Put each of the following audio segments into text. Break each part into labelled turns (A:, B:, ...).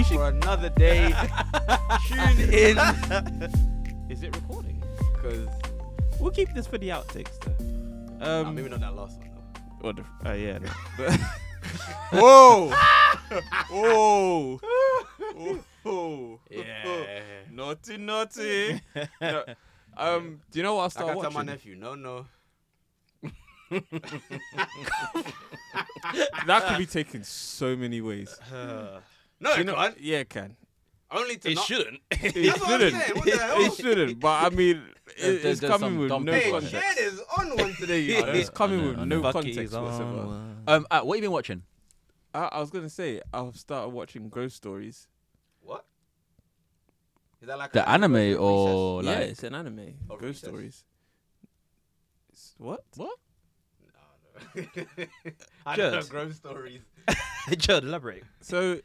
A: another day. Tune in.
B: Is it recording?
A: Because
B: We'll keep this for the outtakes though. Um,
A: maybe not that last one. though.
B: or the, uh, yeah. no.
A: But whoa, whoa, whoa, naughty, naughty. No, Um, do you know what I
C: I
A: started
C: can tell my
A: watching?
C: nephew, no, no.
B: that could be taken so many ways.
C: No,
B: Do
C: it
B: you know,
C: can't.
B: yeah, it can.
C: Only to
D: It
C: not-
D: shouldn't.
B: It
C: That's what I'm
B: shouldn't.
C: saying, what the hell?
B: It shouldn't. But I mean,
D: There's-
B: it, it's
D: there's some
B: coming with
D: dumb
B: no
C: Hey,
D: people
B: context.
D: on
C: Jed is on one today, you know.
B: It's coming with
D: On
B: no
D: the
B: context
D: buckies on
B: whatsoever.
D: one. Um, uh, what have you been watching?
B: I, I was gonna say I've started watching ghost stories.
C: What? Is that like
D: The
C: a-
D: anime or
B: yeah,
D: like?
B: it's an anime.
D: Oh,
C: Of
B: ghost
C: recess.
B: stories. It's, what?
D: What?
C: I don't know
D: Jed.
C: grown stories.
D: Judd, elaborate.
B: So,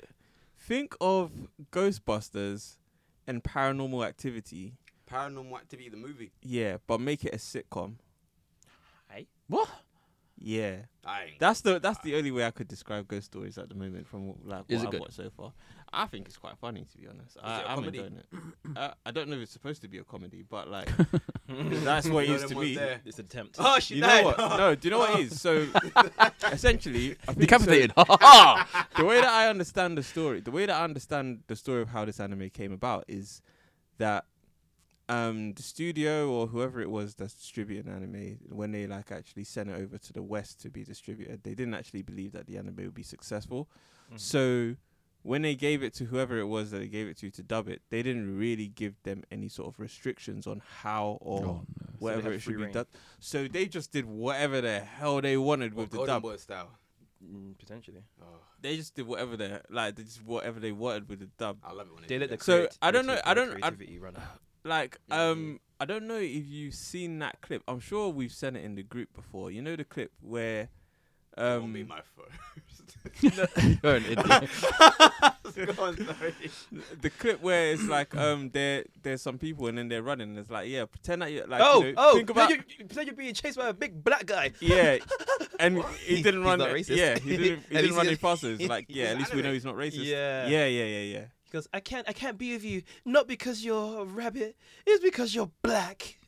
B: think of Ghostbusters and Paranormal Activity.
C: Paranormal Activity, the movie.
B: Yeah, but make it a sitcom.
D: What?
B: Yeah,
C: I ain't.
B: that's the that's the only way I could describe ghost stories at the moment from what, like
D: Is
B: what
D: it
B: I've
D: good?
B: watched so far. I think it's quite funny to be honest. I,
C: it a
B: I'm
C: comedy?
B: enjoying it. uh, I don't know if it's supposed to be a comedy, but like that's what it
C: No,
B: is
C: them
B: to
C: ones
B: me.
C: there.
D: It's an attempt.
C: Oh, she
B: You know
C: died.
B: what? No, do you know what it is? So essentially, I think so-
D: Decapitated. Ha ha.
B: the way that I understand the story, the way that I understand the story of how this anime came about is that um the studio or whoever it was that's distributing anime, when they like actually sent it over to the West to be distributed, they didn't actually believe that the anime would be successful. So when they gave it to whoever it was that they gave it to to dub it, they didn't really give them any sort of restrictions on how or
D: Oh,
B: whatever
E: had
B: it
E: free
B: should be
E: rein.
B: done. So they just did whatever the hell they wanted
C: Or
B: with the
C: Golden
B: dub.
C: Boy style.
E: Mm, potentially.
C: Oh,
B: They just did whatever they like. They just whatever they wanted with the dub.
C: I love it when
E: They
C: they
E: let the
B: So,
E: creat-
B: I don't know-
E: creati-
B: I don't- I-
E: creativity run out.
B: Like,
E: Yeah, yeah.
B: um, I don't know if you've seen that clip. I'm sure we've sent it in the group before. You know the clip where,
C: um, won't be
B: um,
C: my first.
D: You're an idiot.
C: Go on, sorry.
B: the clip where it's like, um, there there's some people and then they're running. And it's like, yeah, pretend that you're like,
E: oh,
B: you know,
E: oh!
B: think about,
E: you pretend you're being chased by a big black guy.
B: yeah, and he
E: He's
B: didn't run.
E: not
B: it-
E: racist.
B: Yeah, he didn't. He
E: At
B: didn't
E: least
B: run
E: he
B: any passes. Like, yeah,
C: He's
B: at least we know
C: anime.
B: he's not racist.
E: Yeah.
B: yeah, yeah, yeah, yeah.
E: He goes, I can't, I can't be with you. Not because you're a rabbit. It's because you're black.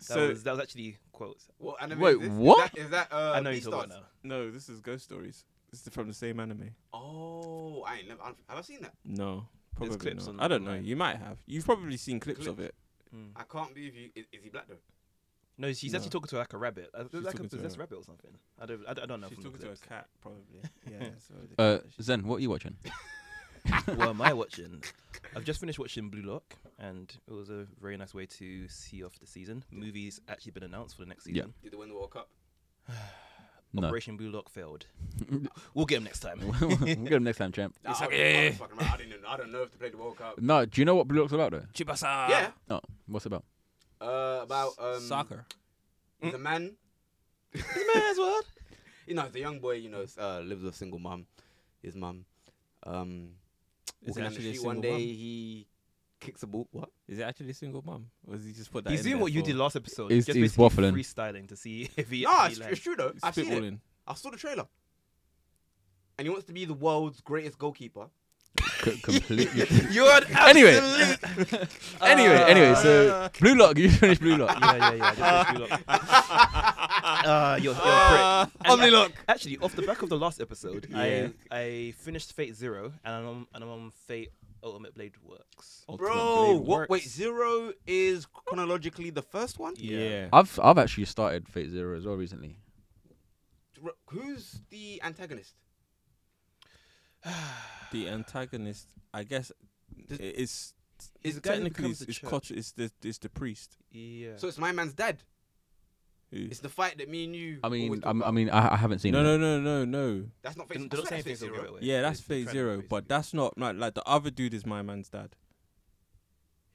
E: That
B: So
E: was that was actually quotes.
C: What anime
D: Wait,
C: is this?
D: what?
C: Is that, is that uh,
E: I know you
C: Beastars?
E: talking about now.
B: no, this is Ghost Stories. This is from the same anime.
C: Oh, I ain't never. Have I seen that?
B: No,
E: There's
B: probably
E: clips
B: not.
E: on-
B: I don't know.
E: online.
B: You might have. You've probably seen clips
C: Clips?
B: of it.
E: Mm.
C: I can't believe you. Is, is he black though?
E: No, she's
B: No.
E: actually talking to like a rabbit. Uh, like
B: talking
E: a
B: to a
E: possessed
B: rabbit.
E: rabbit or something. I don't, I don't, I don't know.
B: She's
E: from
B: talking
E: the
B: to a
E: clips.
B: cat, probably. Yeah. so the
D: Uh,
B: cat- she's-
D: Zen, what are you watching?
E: what am I watching? I've just finished watching Blue Lock, and it was a very nice way to see off the season. Movie's actually been announced for the next
D: Yeah.
E: season.
C: Did they win the World Cup?
D: No.
E: Operation Blue Lock failed. we'll get him next time.
D: we'll get him next time, champ.
C: Nah, I was- I was fucking around. I didn't. I don't know if they played the World Cup.
D: No, do you know what Blue Lock's about though?
B: Chibasa.
C: yeah.
D: No, what's it about?
C: Uh, about um,
B: Soccer.
C: The man.
E: Man's world.
C: You know, it's a young boy. You know, s- uh, lives with a single mum. His mum. Um, walking
B: Is
C: down
B: it
C: the
B: actually a
C: street one
B: single
C: day
B: mum?
C: he kicks a ball. What?
B: Is it actually a single mum? Or is he just put that
E: He's
B: in
E: doing
B: there
E: what you
B: for-
E: did last episode.
D: He's-
E: just
D: he's
E: basically
D: waffling.
E: freestyling to see if he.
C: Nah,
E: if
C: it's, it's
E: he lands.
C: true though. I've seen it.
B: Spitballing.
C: I saw the trailer. And he wants to be the world's greatest goalkeeper.
D: C- completely.
E: You're an
D: Anyway.
E: absolute-
D: anyway, anyway, so Blue Lock, you finished Blue Lock.
E: yeah, yeah, yeah. I just finished Blue Lock. Ah, you're, you're a prick. And I- Actually, off the back of the last episode,
B: Yeah.
E: I I finished Fate Zero, and I'm on, and I'm on Fate Ultimate Blade Works.
C: Oh,
B: Ultimate
C: Bro,
B: Blade
C: what? Wait,
E: works.
C: zero is chronologically the first one?
B: Yeah.
D: I've I've actually started Fate Zero as well recently.
C: R- Who's the antagonist?
B: The antagonist, I guess,
C: Does-
B: is
E: Is the guy who
B: technically
E: becomes
B: is
E: the
B: is
E: church.
B: Koch is the is the priest.
E: Yeah.
C: So it's my man's dad.
B: Who?
C: It's the fight that me and you.
D: I
C: always
D: mean,
C: talk
D: I'm, I
C: about.
D: mean, I, I haven't seen.
B: No,
D: it.
B: no, no, no, no.
C: that's not
E: Don't-
C: face. I
E: don't
C: swear
E: say
C: that's
E: anything,
C: Fate
E: so give it
C: zero.
E: away.
B: Yeah, that's
E: It's- it's
B: Phase
E: trying to
B: Zero,
E: be
B: but that's not like like the other dude is my man's dad.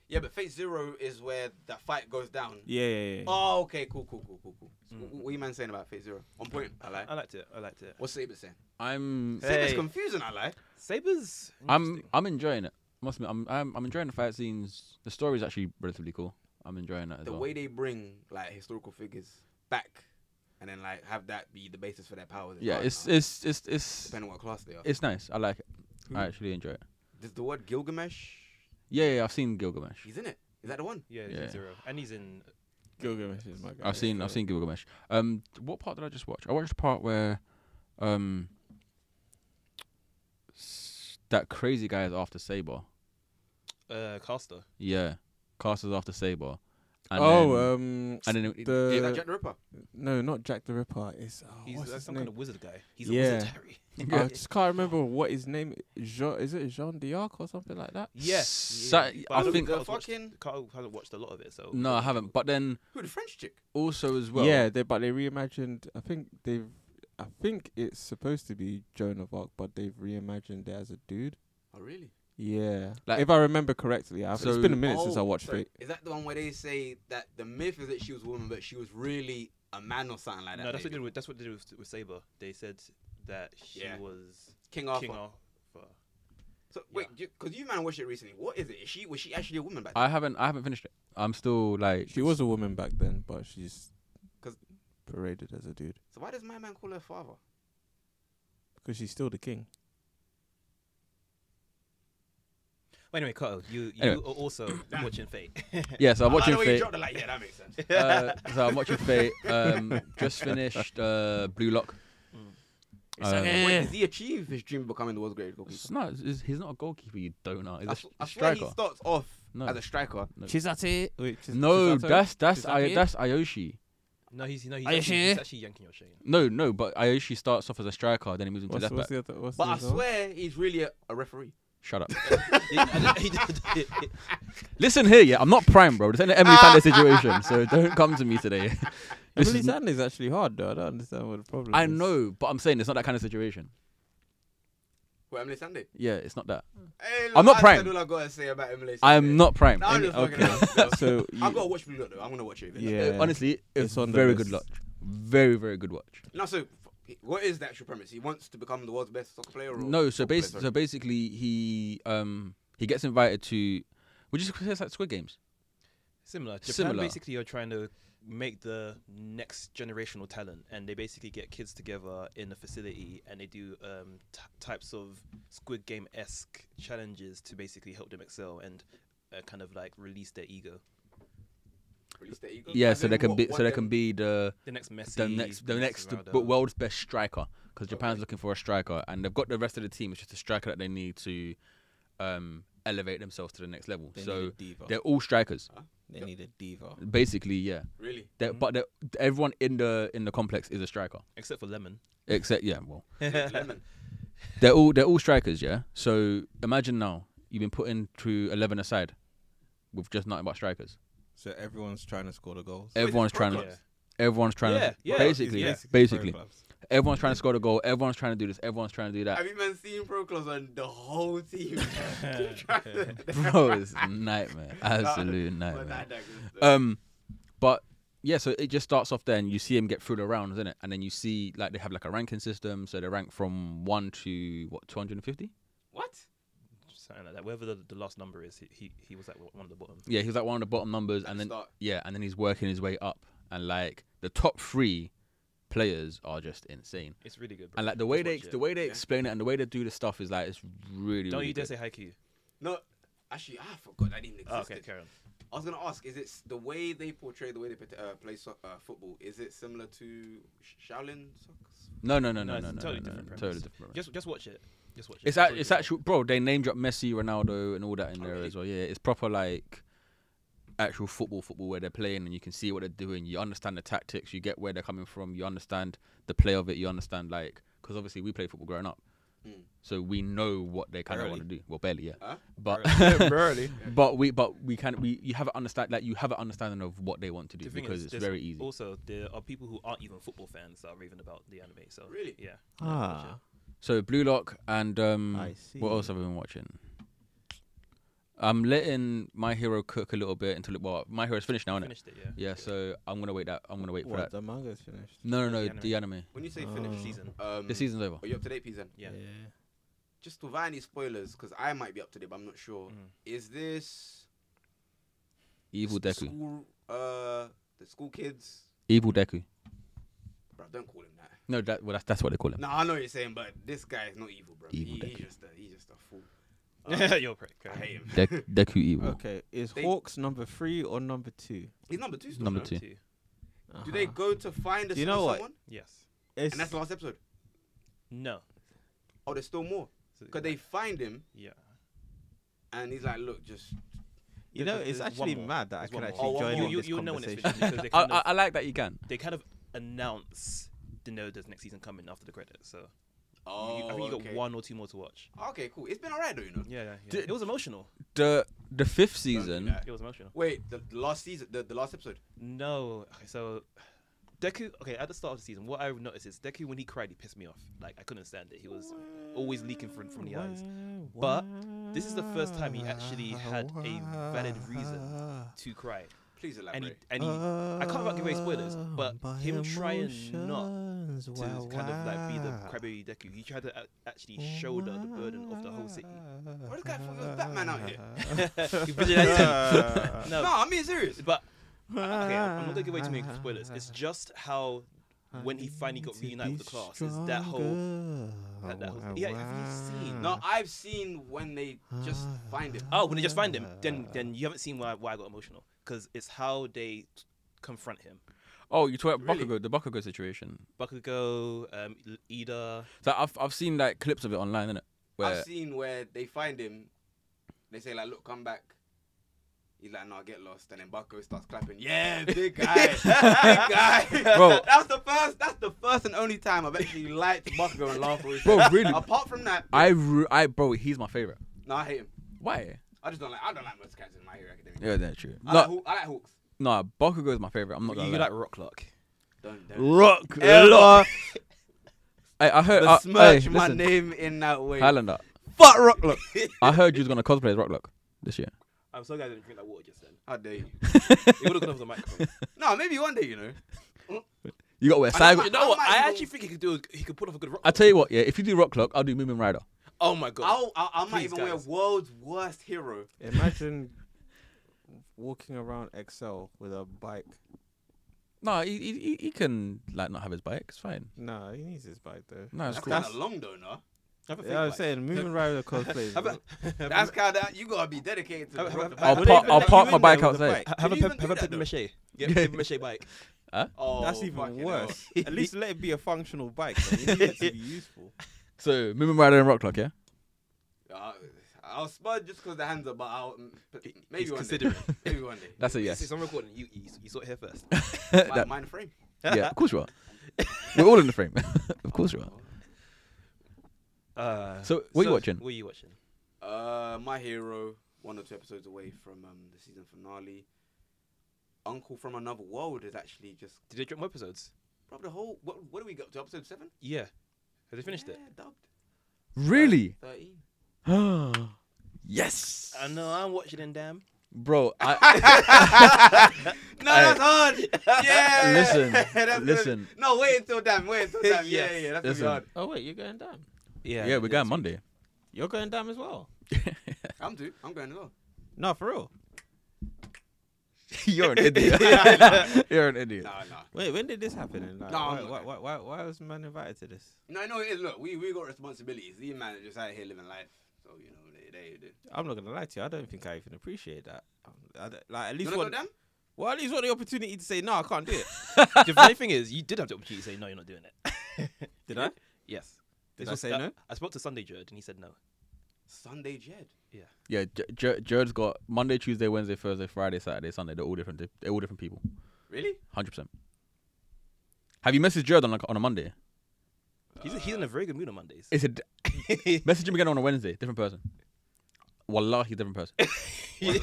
C: Yeah, but Fate Zero is where that fight goes down.
B: Yeah, yeah, yeah.
C: Oh, okay, cool, cool, cool, cool, cool. So wh- What are you man saying about Fate Zero? On point, I lie.
E: I liked it. I liked it.
C: What's Saber saying?
D: I'm
E: Hey.
C: Saber's confusing, I lie.
E: Sabers.
D: I'm I'm enjoying it. Must admit, I'm, I'm I'm enjoying the fight scenes. The story is actually relatively cool. I'm enjoying that as
C: The
D: well.
C: way they bring like historical figures back, and then like have that be the basis for their powers. is
D: yeah,
C: hard
D: it's
C: now,
D: it's it's it's
C: depending on what class they are.
D: it's nice. I like it.
C: Who-
D: I actually enjoy it.
C: Is the word Gilgamesh?
D: Yeah, yeah, I've seen Gilgamesh.
C: He's in it. Is that the one?
E: Yeah,
D: Yeah.
E: zero. And he's in.
B: Gilgamesh is my guy.
D: I've seen I've seen Gilgamesh. Um, what part did I just watch? I watched the part where, um, s- that crazy guy is after Saber.
E: Uh, Caster.
D: Yeah, Caster's after Saber. And
B: oh,
D: then,
B: um,
D: and then it-
B: the-
C: Is
D: it-
C: that Jack the Ripper?
B: no, not Jack the Ripper. It's oh,
E: He's
B: what's
E: uh,
B: his
E: some
B: name?
E: kind of wizard guy. He's
B: Yeah.
E: a wizard, Harry.
B: I just can't remember what his name. Jean, is it Jean d'Arc or something like that?
E: Yes.
D: Sa-
E: But
D: I
E: don't
D: think-
E: Carl's
C: The
E: watched-
C: fucking-
E: Carl hasn't watched a lot of it, so.
D: no, I haven't. But then
C: Who the French chick?
D: also as well.
B: yeah, they but they reimagined. I think they've. I think it's supposed to be Joan of Arc, but they've reimagined it as a dude.
C: Oh really?
B: Yeah,
D: Like-
B: if I remember correctly, I've, it's
D: So-
B: been a minute since I
C: Oh,
B: watched
C: sorry.
B: it.
C: Is that the one where they say that the myth is that she was a woman, but she was really a man or something like that?
E: No, that's what they
C: maybe?
E: did. With, that's what they did with, with Saber. They said that she
C: Yeah.
E: was
C: King Arthur.
E: King Arthur.
C: So wait, because you man watched it recently. What is it? Is she was she actually a woman back then?
D: I haven't I haven't finished it. I'm still like
B: She was a woman back then, but she's
C: 'Cause-
B: paraded as a dude
C: so why does my man call her father?
B: because she's still the king.
E: Well, anyway, Carl, you, you
D: Anyway.
E: are also watching Fate.
D: yeah. So I'm
C: I
D: watching
C: know you
D: Fate.
C: dropped it like yeah, that makes sense.
D: Uh, so I'm watching Fate. Um, just finished uh, Blue Lock.
B: Mm.
D: Um,
C: Wait, does he achieve his dream of becoming the world's greatest goalkeeper?
D: It's not. It's, he's not a goalkeeper. You donut. He's
C: I
D: a
C: sw-
D: sh-
C: I swear
D: striker.
C: he starts off
D: No.
C: as a striker.
B: She's at it. Wait, Chiz-
D: no,
B: Chisato?
D: that's that's
B: Is
D: I,
B: that it?
D: that's Ayoshi.
E: no, he's no, he's,
B: Are you
E: actually, he's
B: sure?
E: actually yanking your chain.
D: No, no, but Ayoshi starts off as a striker, then he moves into
B: What's,
D: left back.
B: what's the other? What's
C: But
B: the
C: I
B: other one?
C: swear he's really a, a referee.
D: Shut up.
E: He did- he did-
D: Listen here, yeah, I'm not prime, bro. This ain't an Emily Sandler situation, so don't come to me today. This
B: Emily
D: is n-
B: Sand is actually hard though. I don't understand what the problem.
D: I
B: is.
D: know, but I'm saying it's not that kind of situation.
C: What Emily Sandé?
D: Yeah, it's not that.
C: Hey,
D: I'm not
C: I
D: prime.
C: said all I gotta say about Emily. Sandé.
D: I am not prime.
C: No, I'm
D: Any-
C: just fucking
D: okay.
C: around, bro.
B: So
C: I
B: you-
C: gotta watch Blue Lock though. I'm gonna watch it. eventually.
B: yeah,
D: Uh, honestly, it's,
B: It's on the
D: very good watch.
B: list.
D: Very, very good watch.
C: No, so f- what is the actual premise? He wants to become the world's best soccer player. Or
D: No, so
C: football player,
D: basically,
C: sorry.
D: so basically, he um he gets invited to, would you say it's like Squid Games?
E: Similar. Japan
D: Similar.
E: basically are trying to make the next generational talent, and they basically get kids together in a facility, and they do um, t- types of Squid Game esque challenges to basically help them excel and uh, kind of like release their ego.
C: Release their ego.
D: Yeah,
C: As
D: so
C: in
D: they can
C: what-
D: be
C: what
D: so they
C: them-
D: can be the
E: The next Messi.
D: the next the
E: Messi,
D: next the
E: Ronaldo.
D: b- world's best striker because Japan's looking for a striker and they've got the rest of the team. It's just a striker that they need to um, elevate themselves to the next level. so
B: diva.
D: they're all strikers,
B: They need a diva.
D: basically. Yeah,
C: Really?
D: they're,
E: Mm.
D: but they're, everyone in the in the complex is a striker
E: except for Lemon.
D: except yeah. Well,
C: Lemon.
D: they're all they're all strikers. Yeah. So imagine now you've been put into eleven aside with just nothing but strikers.
B: So everyone's trying to score the goals.
D: Everyone's
C: pro
D: trying to.
E: clubs?
D: Everyone's trying
E: Yeah,
D: to.
E: yeah.
D: basically,
E: Yeah.
D: basically, everyone's trying to score the goal. Everyone's trying to do this. Everyone's trying to do that.
C: Have you man seen Pro Clubs and the whole team? keep trying to-
D: bro it's a nightmare absolute
C: Well,
D: nightmare
C: that- that goes to-
D: um but yeah so it just starts off then you see him get through the rounds isn't it and then you see like they have like a ranking system so they rank from 1 to what 250
C: What?
E: Something like that. Whatever the, the last number is, he, he, he was at one of the bottom.
D: yeah he was like one of the bottom numbers
C: At
D: and
C: the
D: then
C: start.
D: yeah and then he's working his way up and like the top 3 players are just insane
E: It's really good. Bro.
D: and like the way
E: Just
D: they
E: watch it.
D: the way they
C: Yeah.
D: explain it and the way they do the stuff is like it's really
E: Don't
D: really
E: you dare
D: good.
E: say Haikyuu.
C: No, actually, I forgot that didn't exist.
E: Oh, okay, carry on.
C: I was gonna ask: Is it s- the way they portray the way they put- uh, play so- uh, football? Is it similar to Sh- Shaolin soccer?
D: no no no
E: No,
D: no no
E: it's
D: no,
E: a
D: no,
E: totally
D: no, no,
E: different premise.
D: totally different premise.
E: Just just watch it. Just watch it.
D: It's
E: That's
D: act-
E: all
D: it's
E: you
D: actual bro. They name drop Messi, Ronaldo, and all that in there
C: really?
D: as well. Yeah, it's proper like actual football, football where they're playing and you can see what they're doing. You understand the tactics. You get where they're coming from. You understand the play of it. You understand like because obviously we played football growing up,
C: Mm.
D: so we know what they kind of want to do. Well, barely, yeah.
C: Huh?
D: But
E: need. Barely.
D: but we but we can we you have an understand like you have an understanding of what they want to do
E: The thing
D: because
E: is,
D: it's
E: there's
D: very easy.
E: Also, there are people who aren't even football fans that are raving about the anime. So
C: Really?
E: yeah.
B: Ah,
D: So Blue Lock and um,
B: I
D: what else
B: see.
D: have I been watching? I'm letting My Hero cook a little bit until it, well, My Hero's finished now, isn't it?
E: Finished it. Yeah.
D: Yeah, so I'm gonna wait that. I'm gonna wait for
B: what
D: that.
B: the manga's finished.
D: No,
E: No,
D: no,
E: the
D: no, the anime.
C: When you say
B: Oh.
C: finish
E: Uh, Season.
C: um,
D: The season's over.
C: are you up to date, Pizan?
E: Yeah.
C: Just without any spoilers, because I might be up to date, but I'm not sure.
E: Mm.
C: Is this
D: Evil
C: the
D: Deku.
C: School, uh, the school kids.
D: Evil Deku.
C: Bro, don't call him that.
D: No, that well, that's that's what they call him.
C: No, I know what you're saying, but this guy is not evil, bro.
D: Evil
C: he, he's
D: Deku.
C: just a he's just a fool.
E: You're correct.
C: I hate him.
D: Deku, Deku evil.
B: Okay, is
C: They-
B: Hawks number three or number two?
C: He's number two. Still,
D: Number
C: no?
D: two.
C: Do they
B: Uh-huh.
C: go to find a
B: Do you know what?
C: someone?
E: Yes.
B: It's-
C: And that's the last episode.
E: No.
C: Oh, there's still more.
E: So-
C: Cause they find him
E: Yeah.
C: and he's like, look, just
B: you know,
E: there's-
B: it's
E: there's
B: actually
E: one more.
B: mad that I
E: There's
B: could
E: one
B: actually
C: more. Oh, one
B: join
E: You,
B: in
E: you,
B: this
E: you'll know when it's
B: conversation.
E: finished because
D: I,
E: they kind,
D: I,
E: of,
D: I like that you can.
E: they kind of announce they know there's next season coming after the credits. So
C: oh,
E: you, I think you
C: okay.
E: got one or two more to watch.
C: Okay, cool. It's been alright though, you know.
E: Yeah, yeah.
D: Did-
E: It was emotional.
D: The the fifth
C: Don't do
D: season.
C: that.
E: It was emotional.
C: Wait, the, the last season, the, the last episode.
E: No. Okay, so Deku. Okay, at the start of the season, what I noticed is Deku when he cried, he pissed me off. Like I couldn't stand it. He was always leaking from from the eyes. But this is the first time he actually had a valid reason to cry,
C: Please elaborate.
E: and he and he.
B: Oh,
E: I can't about give away spoilers, but him trying not
B: to
E: to kind of like be the crybaby Deku, he tried to a- actually shoulder the burden of the whole city.
C: Why this guy thought it was Batman out here?
E: He vigilante.
C: no.
E: no,
C: I'm being serious.
E: but okay, I'm I'm not gonna give away too many
B: Ah.
E: spoilers. It's just how when he finally got reunited with the class, is that whole that, that whole yeah. Have you seen?
C: No, I've seen when they just find him.
E: Oh, when they just find him, then then you haven't seen why why I got emotional because it's how they t- confront him.
D: Oh, you talk about
C: Really?
D: Bakugo, the Bakugo situation.
E: Bakugo, um, L- Ida.
D: So I've I've seen like clips of it online, innit? Where
C: I've seen where they find him. They say like, "Look, come back." He's like, "No, get lost." And then Bucko starts clapping. Yeah, big guy, big guy.
D: Bro.
C: that's the first. That's the first and only time I've actually liked Bucko and laughed with
D: Bro,
C: him.
D: really?
C: Apart from that,
D: I re- I bro, he's my favorite.
C: no, I hate him.
D: Why?
C: I just don't like. I don't like most characters in My Hero Academia.
D: Yeah, that's true.
C: I, like,
D: No,
C: Haw- I like Hawks.
D: no, Bakugo is my favorite. I'm not
E: You,
D: gonna
E: you
D: lie.
E: like Rocklock?
C: Don't. don't.
D: Rock.
C: Ever.
D: Lock. Hey, I
E: Uh,
D: heard. I,
C: Besmirch
D: hey,
C: my
D: listen,
C: name in that way.
D: Highlander.
C: Fuck Rocklock.
D: I heard you was gonna cosplay as Rocklock this year.
E: I'm so glad I didn't drink that water just then.
C: How dare you?
E: It would have gone over the microphone.
C: No, maybe one day, you know.
D: You gotta wear
C: I
D: side.
C: might-
E: you know what?
C: might
E: I
C: even-
E: actually think he could do. A, he could pull off a good. Rocklock.
D: I tell you what, yeah. If you do Rocklock, I'll do Moomin Rider.
E: Oh my god.
C: I'll, I'll, I might
E: Please,
C: even
E: guys.
C: wear world's worst hero.
B: Imagine walking around XL with a bike.
D: No, he, he he- he can like not have his bike. It's fine.
B: Nah, he needs his bike though.
D: No, it's
C: That's
D: cool.
C: kind of long though, no?
E: Have a
B: Yeah, I was
E: think
B: saying, moving around with a cosplay. is
E: about it.
B: lit.
C: That's kind of you gotta be dedicated to.
E: Have- have-
C: the-
D: I'll
E: Would
D: park
E: they
D: I'll
E: let
D: park
E: you
D: my
E: in
D: bike
E: there with the
D: outside.
E: Ha- have a
C: Did you
E: pep-
C: even
E: have a
C: do that,
E: paper mache. Yeah, paper mache bike.
C: Oh,
B: That's even
C: fucking
B: worse.
C: hell.
B: At least let it be a functional bike. Man. You need it to be useful.
D: So Moomin Rider and Rocklock, yeah.
C: Uh, I'll spud just because the hands are, but I'll mm, p- maybe
E: He's
C: one
E: considering.
C: day. Maybe one day.
D: That's a
E: You
D: yes.
E: see, so I'm recording. You, you, you saw it here first.
C: Mi-
D: That-
C: Mind frame.
D: yeah, of course you are. We're all in the frame. of course you are.
E: Uh,
D: So, what you watching?
E: What are you watching?
C: Uh, my hero, one or two episodes away from um the season finale. Uncle from another world is actually just
E: Did they drop more episodes?
C: probably the whole. What, what do we got to episode seven?
E: Yeah. Have they finished it?
C: Yeah, dubbed.
D: Really?
C: Thirteen.
D: yes.
E: I know. I'm watching it, damn.
D: Bro, I,
C: No,
D: Hey.
C: that's hard. Yeah.
D: Listen,
C: That's gonna be-
D: listen.
C: No, wait until damn. Wait until damn. Yeah, yeah,
E: Yes.
C: yeah. That's
D: Listen.
C: gonna be hard.
B: Oh wait, you're going down.
E: Yeah.
D: yeah, we're going Monday.
B: You're going down as well.
C: I'm too. I'm going as well.
B: No, for real.
D: You're an idiot. You're an idiot.
C: Nah, nah.
B: Wait, when did this happen? And like,
C: No,
B: why,
C: I'm
B: why,
C: not-
B: why, why, why was man invited to this?
C: No, no, it is. Look, we we got responsibilities. These man are just out here living life. So you know, they they. they.
B: I'm not gonna lie to you. I don't think I even appreciate that. Um, I don't- like at
C: You
B: least
C: wanna go
B: one,
C: down?
B: well, at least want the opportunity to say no, I can't do it.
E: the funny thing is, you did have the opportunity to say no, you're not doing it.
B: Did I?
E: Yes.
B: Did
E: This
B: I
E: was-
B: say
E: uh,
B: no?
E: I spoke to Sunday Jared and he said no.
C: Sunday Jed.
D: Yeah, J- J- Jared's got Monday, Tuesday, Wednesday, Thursday, Friday, Saturday, Sunday. They're all different. They're all different people.
C: Really?
D: Hundred percent. Have you messaged Jared on like on a Monday?
E: He's, he's in a very good mood on Mondays.
D: It's a d- message him again on a Wednesday. Different person. Wallahi, different person.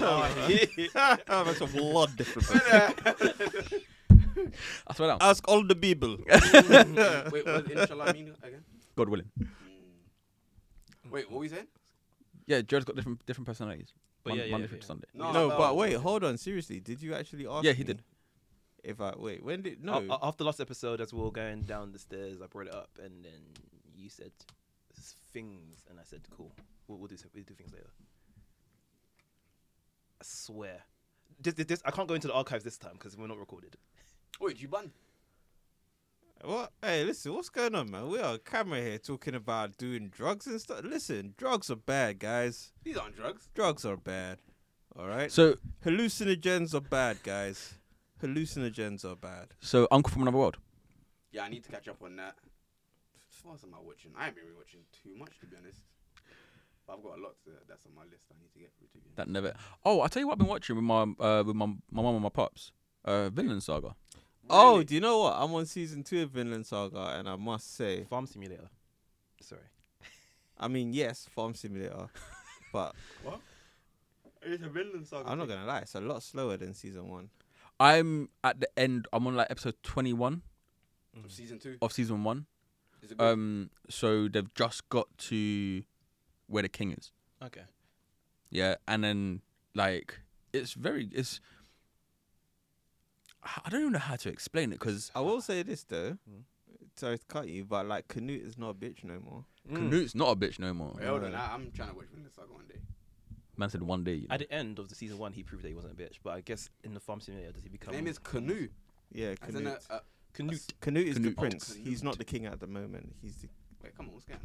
B: oh, that's a lot different.
D: I swear down.
B: Ask all the people.
C: Wait, what inshallah mean again?
D: God willing.
C: Wait, what were we saying?
D: Yeah, Jared's got different different personalities.
E: But
D: Mon-
E: yeah, yeah,
D: Monday
E: yeah,
D: through to
E: yeah.
D: Sunday.
B: No,
C: about-
B: but wait, hold on. Seriously, did you actually ask?
D: Yeah, he
B: me
D: did.
B: If I wait, when did no?
E: A- a- After last episode, as we were going down the stairs, I brought it up and then you said s- things, and I said, cool, we'll, we'll, do, se- we'll do things later. I swear. This, this, this, I can't go into the archives this time because we're not recorded.
C: Wait, you bun?
B: What? Hey, listen, what's going on, man? We are on camera here talking about doing drugs and stuff. Listen, drugs are bad, guys.
C: These aren't drugs.
B: Drugs are bad. All right.
D: So,
B: Hallucinogens are bad, guys. Hallucinogens are bad.
D: so Uncle from Another World.
C: Yeah, I need to catch up on that. What else am I watching? I ain't been rewatching too much to be honest. But I've got a lot to, that's on my list. I need to get through to you.
D: That never. Oh, I tell you what, I've been watching with my uh, with my my mum and my pops. Uh, Vinland Saga.
B: Oh, do you know what? I'm on season two of Vinland Saga, and I must say,
E: Farm Simulator. Sorry.
B: I mean, yes, Farm Simulator, but
C: It's a Vinland saga.
B: I'm not gonna lie, it's a lot slower than season one.
D: I'm at the end. I'm on like episode twenty one
C: From season two.
D: of season one.
C: Is it good?
D: Um, so they've just got to where the king is.
E: Okay.
D: Yeah, and then like it's very it's. I don't even know how to explain it because
B: I will say this though,
E: Mm.
B: sorry to cut you, but like Canute is not a bitch no more.
E: Mm.
D: Canute's not a bitch no more.
C: Wait,
B: uh,
C: hold on. I, I'm trying to watch Vinland saga one day.
D: Man said one day. You know.
E: At the end of the season one, he proved that he wasn't a bitch. But I guess in the Farm Simulator, does he become?
C: His name is Canoe.
B: Yeah,
C: As in uh,
B: Canute.
C: a, a,
E: Canute.
B: Canute is the
D: Canute.
B: prince. He's not
C: Canute.
B: the king at the moment. He's the.
C: wait, come on, what's going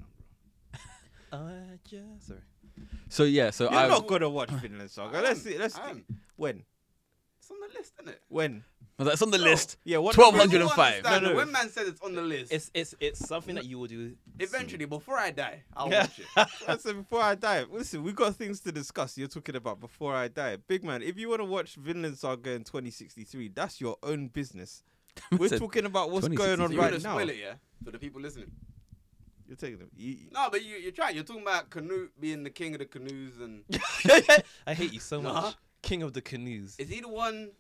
C: on, bro?
E: Uh, yeah. Sorry.
D: So yeah, so
B: You're
D: I
B: not gonna watch Vinland Saga.
C: I
B: Let's
C: am,
B: see. Let's
C: I
B: see.
C: am.
B: when
C: It's on the list, isn't it?
B: when
D: that's on the list.
B: yeah what
D: Twelve hundred and five.
C: No,
B: No, no.
C: When man says it's on the list,
E: It's it's it's something that you will do.
C: eventually before I die, I'll
E: Yeah.
C: watch it.
B: Listen, before I die, listen, we got things to discuss. You're talking about before I die, big man. If you want to watch Vinland Saga in 2063, that's your own business. We're
D: Said
B: talking about what's going on
C: You
B: right
C: wanna
B: now.
C: spoil it, yeah, for the people listening.
B: You're taking them. You, you-
C: No, but you, you're trying. You're talking about Canute being the king of the canoes, and
E: I hate you so
C: Nah.
E: much. King of the canoes.
C: is he the one?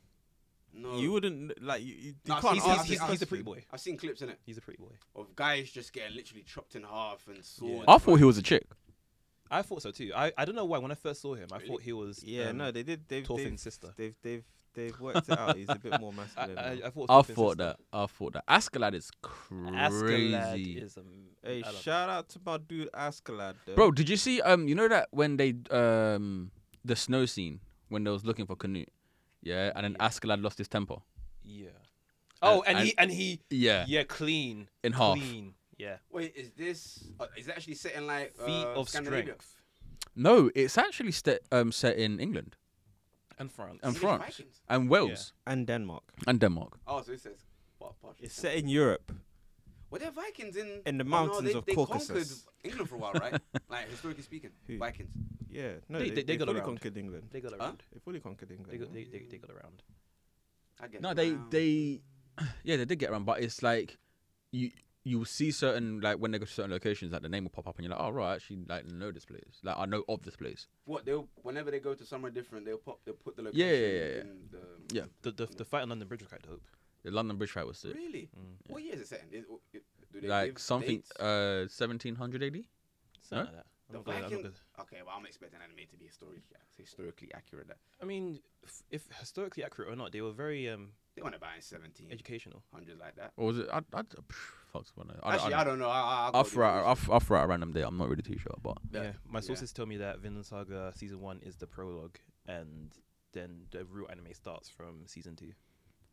C: No,
B: you wouldn't like you. You, you
C: No,
B: can't
C: he's-
B: ask this
E: he's, he's, he's a
B: question.
E: pretty boy.
C: I've seen clips in it
E: He's a pretty boy.
C: of guys just getting literally chopped in half and swords.
D: I thought he was a chick.
E: I thought so too. I, I don't know why. When I first saw him, I
C: Really?
E: thought he was.
B: Yeah,
E: um,
B: no, they did. They've
E: Thorfinn's
B: they've,
E: sister.
B: they've they've they've worked it out. He's a bit more
E: I,
B: masculine.
E: I,
B: now.
E: I thought.
D: I
E: Thorfinn's
D: thought
E: sister.
D: that. I thought that. Ascalad is
E: Askeladd
D: crazy.
E: is a.
B: hey,
E: I love
B: shout out to my dude Ascalad, though.
D: Bro, did you see? Um, you know that when they um the snow scene when they was looking for Canute, yeah, and then Ascalad lost his temper.
E: it. Yeah. Oh,
D: And-
E: and, he and he.
D: Yeah,
E: Yeah, clean.
D: in half.
E: Clean. Yeah.
C: Wait, is this? Uh, is it actually set in like uh,
E: Feet of
C: Scandinavia?
E: strength.
D: No, it's actually st- um set in England
E: And France.
D: and
C: Is it
D: France
C: Vikings?
D: and Wales
B: and Denmark.
D: and Denmark.
C: Oh, so it says. Well, partially
B: It's
C: Scandinavia.
B: set in Europe.
C: Were there Vikings in
B: In the
C: oh,
B: mountains
C: no, they,
B: of
C: they
B: Caucasus.
C: conquered England for a while, right? like historically speaking,
B: Who?
C: Vikings.
B: Yeah, no,
E: They-
B: they,
E: they- they got
B: fully
E: around.
B: conquered England.
E: They got around.
B: They fully conquered England.
E: They got
B: yeah.
E: they, they, they got around.
C: I get
D: No,
C: it
D: they
C: now.
D: they yeah they did get around, but it's like you you will see certain like when they go to certain locations, like the name will pop up and you're like, oh right, I actually like know this place, like I know of this place.
C: What they'll whenever they go to somewhere different, they'll pop they'll put the
D: Yeah,
C: location.
D: yeah, yeah, yeah.
C: In the,
D: Yeah.
E: The the, the fight on London Bridge was quite dope.
D: The London Bridge fight was sick.
C: Really? What year is it set in? Is, it- do they
D: like
C: give
D: something
C: dates?
D: uh 1700 AD.
E: Something
D: Huh?
E: like that.
C: the
E: I'm not gonna- I'm not
C: Viking-
E: gonna-
C: Okay, well I'm expecting anime to be historically historically accurate. That
E: I mean, if, if historically accurate or not, they were very um
C: they want to buy in seventeen
E: educational.
C: hundreds like that.
D: Or was it? I, I, phew, fuck, I don't know. I,
C: Actually, I don't know. I, I, I'll
D: I'll
C: go
D: throw out,
C: with
D: I'll, I'll throw out a random date. I'm not really too sure, but
E: Yeah.
C: Yeah.
E: My
C: Yeah.
E: sources tell me that Vinland Saga season one is the prologue, and then the real anime starts from season two.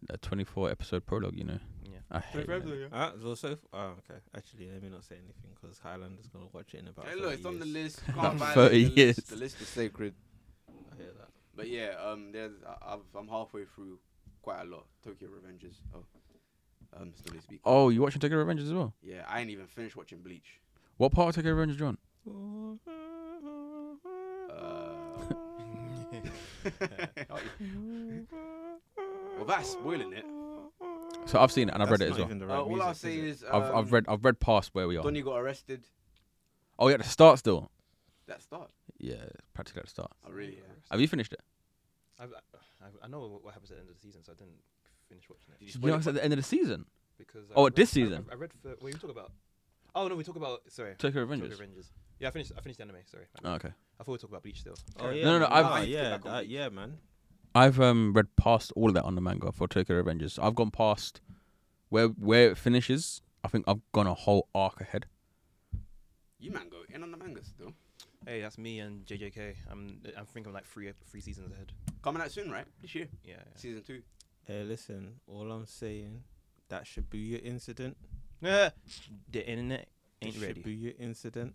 D: a 24 episode prologue, you know.
E: Yeah.
D: I hate it.
B: Ah, so, so f- oh, okay. Actually, let me not say anything because Highlander's gonna watch it in about.
C: this. Hey, look,
B: 30
C: it's on the
B: years.
C: list.
D: About
C: Can't buy the,
D: 30
C: the
D: years.
C: List. The list is sacred.
B: I hear that.
C: But yeah, um, there's I- I've, I'm halfway through quite a lot. Tokyo Revengers. Oh, um, still this week.
D: Oh, you watching Tokyo Revenge as well?
C: Yeah, I ain't even finished watching Bleach.
D: What part of Tokyo Revenge you on?
C: Uh, well, that's spoiling it.
D: So I've seen it and I've
B: That's
D: read it
B: not
D: as well.
B: even the right
C: Uh, all I'll
B: music,
C: say
B: is it?
C: is, um,
D: I've, I've read I've read past where we are.
C: Donnie got arrested.
D: Oh yeah, the start still.
C: That start.
D: Yeah, it's practically at the start.
C: Oh, really?
D: Have you finished it?
E: I've, I, I know what- what happens at the end of the season, so I didn't finish watching it
C: Did you
D: You know,
C: spoil
D: it's
C: it?
D: at the end of the season.
E: because.
D: Oh,
E: I
D: this
E: read- I-
D: season?
E: I, I read. For, what are you talking about? Oh no, we talk about sorry.
D: Tokyo
E: Tokyo
D: Revengers.
E: Revengers. Yeah, I finished. I finished the anime. Sorry, I
D: Oh, okay.
E: thought we were talking about Bleach still.
B: Oh yeah.
D: no, no,
B: man.
D: I've-
B: Nah,
C: I need to get
B: yeah,
C: back on
B: that-
C: Bleach.
B: yeah, man.
D: I've um read past all of that on the manga for Tokyo Revengers. I've gone past where where it finishes. I think I've gone a whole arc ahead.
C: You man go in on the manga still.
E: Hey, that's me and JJK. I'm. I think I'm like three ep- three seasons ahead.
C: Coming out soon, right? This year,
E: Yeah. yeah.
C: season two.
B: Hey, listen. All I'm saying, that Shibuya incident.
E: the internet
B: The
E: ain't ready.
B: Shibuya incident.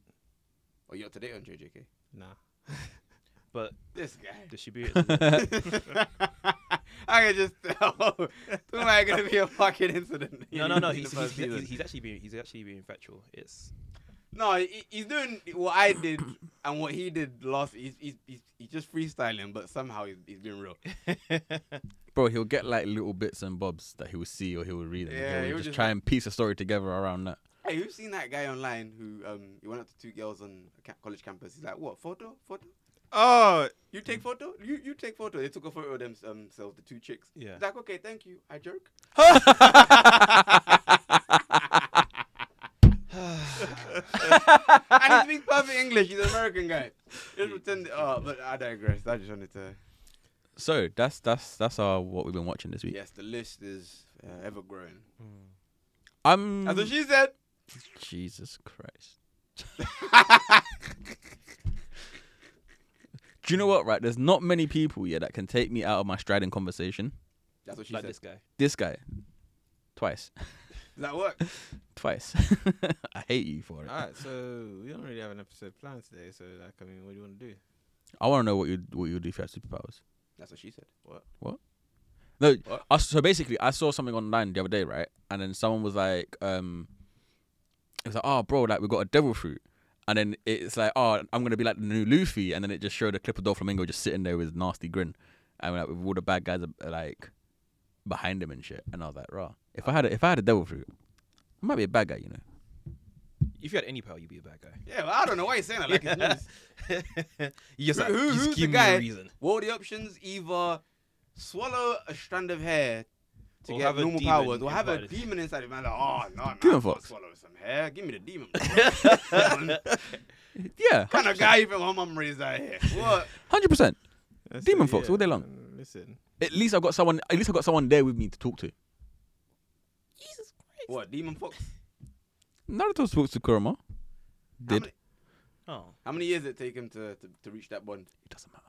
C: Are you up to date on JJK?
B: Nah.
E: But
C: This
E: the
C: guy.
E: Shibuya.
C: I can just tell. Too might gonna be a fucking incident.
E: no, no, no.
C: In
E: He's,
C: the
E: he's,
C: first season.
E: he's, he's actually being he's actually being factual. It's
C: No, he, he's doing what I did and what he did last. He's he's he's, he's just freestyling, but somehow he's, he's being real.
D: Bro, he'll get like little bits and bobs that he will see or he will read, and
C: Yeah,
D: he'll
C: he'll
D: just,
C: just
D: try
C: like-
D: and piece a story together around that.
C: Hey, you've seen that guy online who um he went up to two girls on a ca- college campus. He's like, what photo, photo?
B: Oh,
C: You take
E: Hmm.
C: photo? You you take photo? They took a photo of them, themselves, um, the two chicks.
E: Yeah.
C: He's like, okay, thank you. I jerk. and he speaks perfect English. He's an American guy. Just pretend. Oh, but I digress. I just wanted to.
D: So that's that's that's our what we've been watching this week.
C: Yes, the list is uh, ever growing.
D: I'm
C: That's what she said.
D: Um, Jesus Christ. Do you know what? Right, there's not many people here that can take me out of my stride in conversation.
C: That's what she
E: like
C: said.
E: this guy.
D: This guy, twice,
C: Does that work?
D: twice. I hate you for it.
B: all right. So we don't really have an episode planned today. So like, I mean, what do you want to do?
D: I want to know what you what you do if you had superpowers.
C: That's what she said. What?
D: No, I, so basically, I saw something online the other day, right? And then someone was like, um, it was like, oh, bro, like we got a devil fruit. And then it's like, oh, I'm gonna be like the new Luffy. And then it just showed a clip of Doflamingo just sitting there with a nasty grin, and like with all the bad guys uh, like behind him and shit. And I was like, raw. If I had a, if I had a devil fruit, I might be a bad guy, you know.
E: If you had any power, you'd be a bad guy.
C: Yeah, well, I don't know why he's saying that. Like, it's news.
E: you just
C: Who-
E: like,
C: who-
E: just
C: who's the
E: give me
C: guy?
E: a reason.
C: what are the options? Either swallow a strand of hair to
E: Or
C: get
E: have a
C: normal
E: demon
C: powers, or have a
E: imparted.
C: demon inside of man. Like, oh no, man,
D: Demon
C: I can't
D: fox.
C: swallow some hair. Give me the demon. kind
D: Yeah,
C: of guy even my mum raised "Oh, out here. What?
D: hundred percent.
B: That's
D: Demon
B: it,
D: Fox, all day long.
B: man, um, Listen,
D: At least I've got someone. At least I've got someone there with me to talk to.
C: What? Demon fox?
D: Naruto spoke to Kurama.
C: How
D: Did
C: many,
E: Oh,
C: how many years did it take him to, to, to reach that bond?
D: it doesn't matter.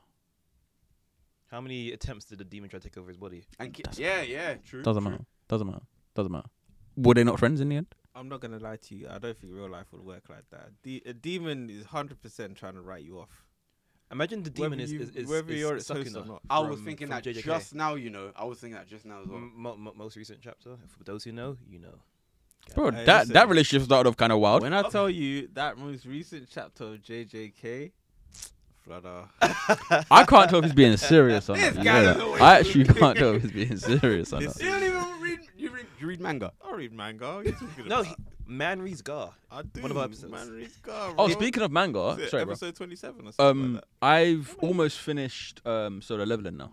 E: how many attempts did the demon try to take over his body?
C: And ki-
D: Doesn't
C: yeah, yeah, true.
D: Doesn't
C: true.
D: matter. Doesn't matter. Doesn't matter. Were they not friends in the end?
B: I'm not gonna lie to you. I don't think real life would work like that. De- a demon is hundred percent trying to write you off.
E: Imagine the demon
B: whether
E: is
B: you,
E: is, is,
B: whether
E: is
B: you're its
E: sucking
B: host or
E: her.
B: not.
C: I was
E: From-
C: thinking
E: from
C: that
E: JJK.
C: just now. You know, I was thinking that just now as well.
E: M- mo- mo- most recent chapter. For those who know, you know.
D: Bro,
B: Hey,
D: that
B: listen.
D: that relationship started off kind of wild.
B: When I tell you that most recent chapter of JJK, brother,
D: I can't tell if he's being serious or
C: This
D: not. you
C: guy
D: know
C: is
D: that.
C: always-
D: I actually can't tell if he's being serious or not.
B: Listen.
C: You don't even read. You read. You read manga.
B: I read manga. What you talking
E: No,
B: about?
E: he, man reads Gar.
B: I do.
E: one of our episodes.
B: Man reads Gar,
D: Oh,
B: bro.
D: speaking of
B: Is
D: manga,
B: it
D: sorry, bro.
B: episode 27 or something
D: Um,
B: like
D: I've almost finished um Solo Leveling now.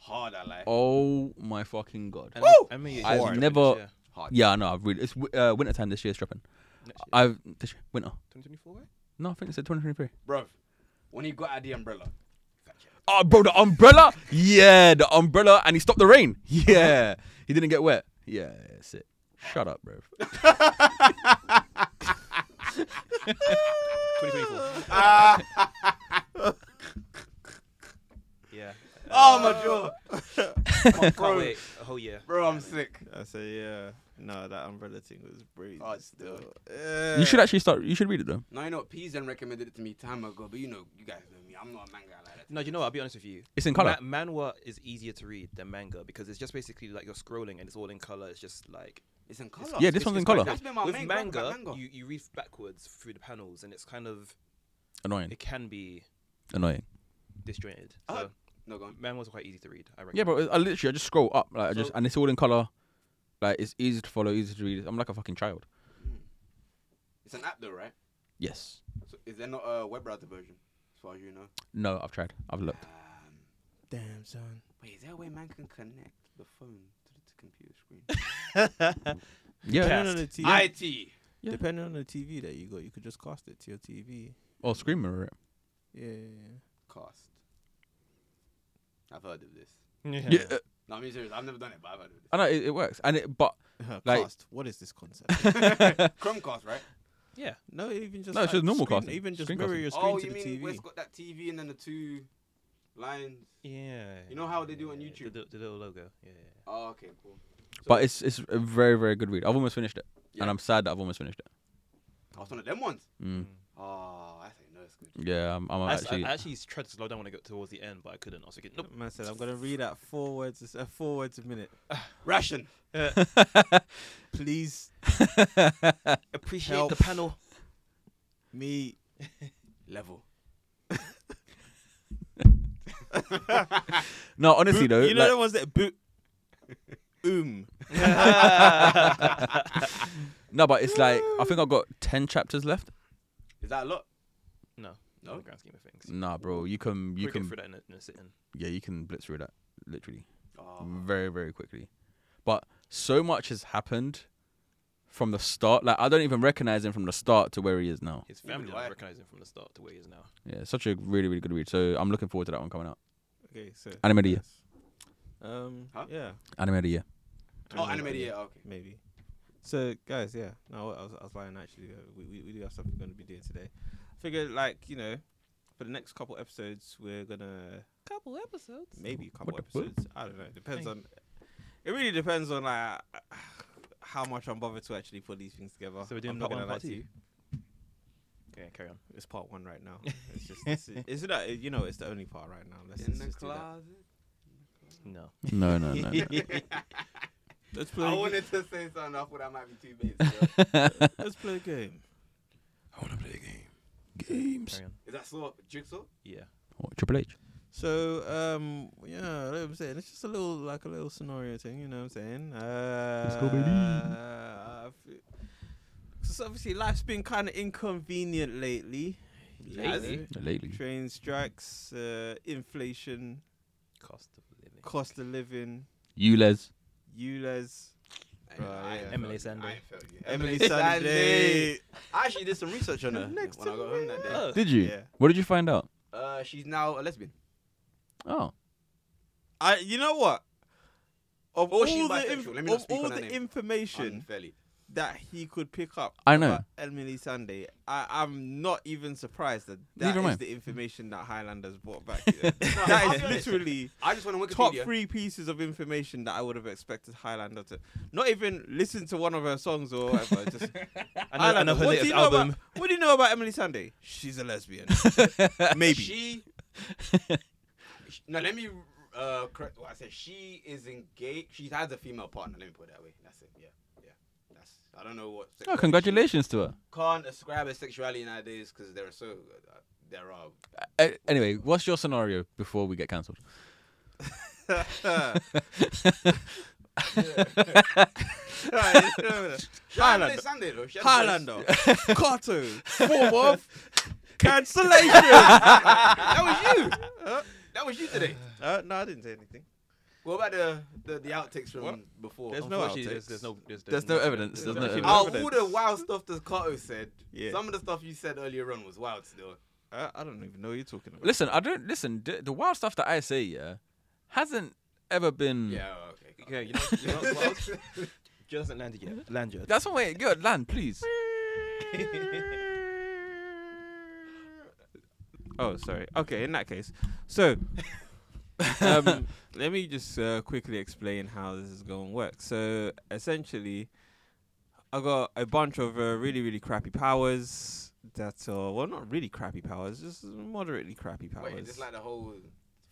C: Hard, I like.
D: Oh my fucking god!
E: And I mean,
D: I've
E: it's-
D: never-
E: yeah.
C: Hard.
D: Yeah, I know. I've really it's wi- uh, winter time this year. It's dropping.
E: Next year.
D: I've this year, winter.
E: 2024, right?
D: No, I think it's at 2023.
C: Bruv, when he got out the umbrella.
D: Oh, bro, the umbrella. Yeah, the umbrella, and he stopped the rain. Yeah, he didn't get wet. Yeah, that's it. Shut up, bro.
E: 2024. yeah.
C: Oh my god.
E: Can't
C: bro.
E: wait. Oh, A whole year.
C: Bro, I'm sick.
B: that. I say, yeah. No, that umbrella thing was crazy.
C: Oh, it's dope.
D: You should actually start. You should read it though.
C: Now you know what P's then recommended it to me time ago, but you know, you guys know me. I'm not a manga guy like that.
E: No, you know, what? I'll be honest with you.
D: It's in color.
E: Ma- manhwa is easier to read than manga because it's just basically like you're scrolling and it's all in color. It's just like
C: It's in color.
D: Yeah, this one's in color.
C: That's been my
E: with
C: main gripe
E: manga,
C: about manga.
E: You, you read backwards through the panels and it's kind of
D: Annoying.
E: it can be
D: Annoying.
E: disjointed. So
C: Uh, No, go on.
E: manhwa's quite easy to read. I reckon.
D: Yeah, bro. I literally I just scroll up, like I just,
E: So-
D: and it's all in color. Like it's easy to follow, easy to read. I'm like a fucking child.
C: Hmm. It's an app though, right?
D: Yes.
C: So is there not a web browser version, as far as you know?
D: No, I've tried. I've looked.
C: Um,
B: Damn, son.
C: wait, is there a way man can connect the phone to the computer screen?
D: Yeah.
E: Yeah.
B: Depending on the TV,
C: IT.
D: Yeah.
B: depending on the TV that you got, you could just cast it to your TV.
D: Or screen mirror it.
B: Yeah, yeah, yeah.
C: Cost. I've heard of this.
E: Yeah.
D: Yeah. uh,
C: No, I'm being serious. I've never done it, but I've heard of
D: I know it, it works, and it. But Like-
B: cast. What is this concept?
C: this. Chromecast, right?
E: Yeah.
B: no, even just
D: No, it's
B: like
D: just normal
B: screen,
D: casting.
B: Even just
D: Screen
B: mirror
D: casting.
B: your screen
C: Oh,
B: to
C: you
B: the
C: mean where
B: TV.
C: it's got that TV and then the two lines?
E: Yeah.
C: You know how they do on
E: yeah, yeah.
C: YouTube?
E: The, the little logo. Yeah. yeah, yeah.
C: Oh, okay, cool.
D: But it's it's a very very good read. I've almost finished it,
C: Yeah.
D: and I'm sad that I've almost finished it.
C: I was one of them ones.
D: Mm.
C: Oh, I say no, it's good.
D: Yeah, I'm, I'm
E: I, s- I
D: Oh, actually.
E: actually, tried to slow down when I got towards the end, but I couldn't. I was like, nope.
B: Man said I'm gonna read at four words a- uh, four words a minute.
C: Ration.
B: Please
E: Appreciate
B: Help.
E: the panel.
B: me
C: Level.
D: no, honestly though,
B: You know
D: like-
B: the ones that boot um.
D: no, but it's like I think I've got ten chapters left.
C: Is that a lot?
E: No,
C: No?
E: in the grand scheme of things.
D: Nah, bro, Mm, you can you
E: You can
D: can
E: through that in a, in a sit-in.
D: yeah you can blitz through that literally
C: Oh,
B: Mm,
D: very very quickly. But so much has happened from the start. Like I don't even recognize him from the start to where he is now.
E: His
C: Neither
E: family
C: do
E: don't
C: I.
E: recognize him from the start to where he is now.
D: Yeah, such a really really good read. So I'm looking forward to that one coming out.
B: Okay, so
D: Anime of the year.
B: yes. Um
C: Huh?
B: yeah,
D: Anime of the year.
C: oh animated, yeah, okay.
B: maybe. So guys, yeah. No, I was I was lying actually. Uh, we, we we do have stuff we're gonna be doing today. I figured like, you know, for the next couple episodes we're gonna
F: couple episodes.
B: maybe a couple
D: the fuck?
B: episodes. I don't know. It depends on. It really depends on like how much I'm bothered to actually put these things together.
E: So we're doing
B: I'm
E: part one,
B: lie
E: part
B: to
E: two?
B: you.
E: Okay, carry on.
B: It's part one right now. It's just it's, it's not, you know it's the only part right now. Let's
C: In
B: just,
C: the
B: just do that.
C: closet.
E: No.
D: No no no. no.
B: Let's play.
C: I
B: a ga-
C: wanted to say something, I thought that might be too basic. yo.
B: Let's play a game.
D: I want to play a game. Games.
E: Carry on.
C: Is that saw jigsaw?
E: Yeah.
D: Oh, Triple H.
B: So um yeah, like I'm saying it's just a little like a little scenario thing. You know what I'm saying? Uh,
D: go, baby.
B: I fe- 'cause obviously life's been kind of inconvenient lately.
C: Has
B: You know,
D: Lately.
B: Train strikes, uh, inflation,
E: Cost of living.
B: cost of living,
D: You Les.
B: ULEZ,
C: I- I ain't
B: yeah.
E: Emily
C: felt you. I
E: Sandé.
C: ain't felt you.
B: Emily
C: Sandé.
B: Sunday.
C: I actually did some research on her
B: Next
C: when I
B: to
C: got home that day.
E: Oh.
D: Did you?
B: Yeah.
D: What did you find out?
C: Uh, she's now a lesbian.
D: Oh.
B: I, you know what? Of
C: Or
B: all
C: she's
B: the,
C: bisexual.
B: inf-
C: Let me not
B: of
C: speak
B: all
C: on her
B: the
C: name.
B: information
C: Unfairly.
B: that he could pick up,
D: I know.
B: about Emily Sunday. I, I'm not even surprised that that
D: Neither am I.
B: is the information that Highlanders brought back. you know. that is literally
C: I just want to
B: top
C: Wikipedia.
B: three pieces of information that I would have expected Highlander to not even listen to one of her songs or whatever. Just
E: I know, I know
B: what
E: her
B: do
E: latest
B: you know
E: album.
B: About, what do you know about Emily Sunday? She's a lesbian. Maybe.
C: She. no, let me uh, correct what I said. She is engaged. She has a female partner. Let me put it that way. That's it. Yeah, yeah. That's. I don't know what.
D: Oh,
C: sexuality she-
D: congratulations to her.
C: Can't ascribe a sexuality nowadays because there are so. Uh, there are.
D: Uh, anyway, what's your scenario before we get cancelled?
C: Highlander. Sunday though. She had a
B: Highlander. Kato. Form of cancellation. that was you.
C: voice. Huh? that was you today.
B: Uh, no, I didn't say anything.
C: What about the the, the outtakes from
B: What?
C: before?
B: There's no
E: Unfortunately,
B: outtakes.
E: there's, there's no. There's,
D: There's no evidence. There's no
B: Actually,
D: evidence.
C: Out
B: evidence.
C: all the wild stuff that Kato said.
B: Yeah.
C: Some of the stuff you said earlier on was wild still.
B: Uh, I don't even know what you're talking about.
D: Listen, I don't listen. The, the wild stuff that I say, yeah, hasn't ever been.
C: Yeah. oh, Okay.
E: Yeah, you know, you know what's wild? Just hasn't landed yet. Land yet.
D: That's one way. Good land, please.
B: Oh, sorry. Okay, in that case, so um, let me just uh, quickly explain how this is going to work. So essentially, I got a bunch of uh, really, really crappy powers that are well, not really crappy powers, just moderately crappy powers.
C: Wait, just like the whole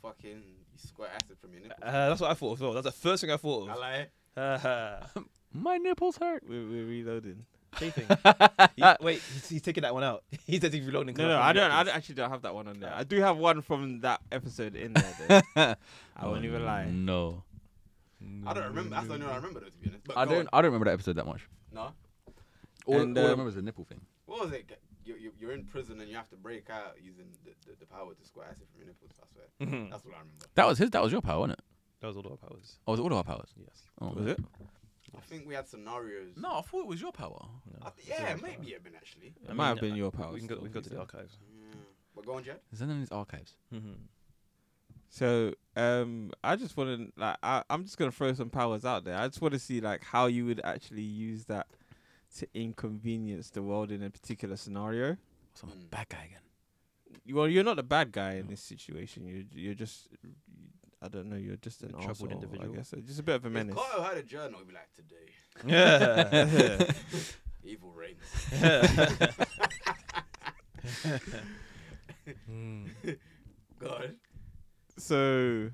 C: fucking square acid from your nipple.
E: Uh, that's what I thought of. as well. That's the first thing I thought
C: I
E: of.
C: like
D: My nipples hurt.
B: we're, we're reloading.
E: Anything. He- wait, he's, he's taking that one out. He says he's reloading.
B: No, no, I don't. I don't- actually don't have that one on there. I do have one from that episode in there. Though. I won't even lie.
D: Mm, No,
C: I don't remember. That's the only one I remember though, to be honest. But
D: I
C: go
D: don't.
C: on.
D: I don't remember that episode that much.
C: No.
D: All,
B: And,
D: all I
B: um,
D: remember is the nipple thing.
C: What was it? You, you, you're in prison and you have to break out using the, the, the power to square acid from your nipples. I swear.
D: Mm-hmm.
E: Mhm.
C: That's what I remember.
D: That was his. That was your power, wasn't it?
E: That was all our powers.
D: Or was it all of our powers?
E: Yes.
D: Oh,
B: Was it?
C: I think we had scenarios.
D: No, I thought it was your power.
C: I th- yeah, maybe it been actually.
B: It might have been your powers.
E: We can go. We can go to the
B: obviously.
E: archives.
C: Yeah. But go on, Jed.
D: Is that in his archives?
B: So um, I just want to like I, I'm just gonna throw some powers out there. I just want to see like how you would actually use that to inconvenience the world in a particular scenario.
D: What's I'm a
C: Mm.
D: bad guy again?
B: You- Well, you're not the bad guy in this situation. You you're just I don't know. You're just an
E: troubled
B: asshole,
E: individual.
B: I guess. Uh, Just a bit of a
C: If
B: menace.
C: Carter had a journal, he'd be like, today, evil reigns.
D: Hmm.
C: God.
B: So,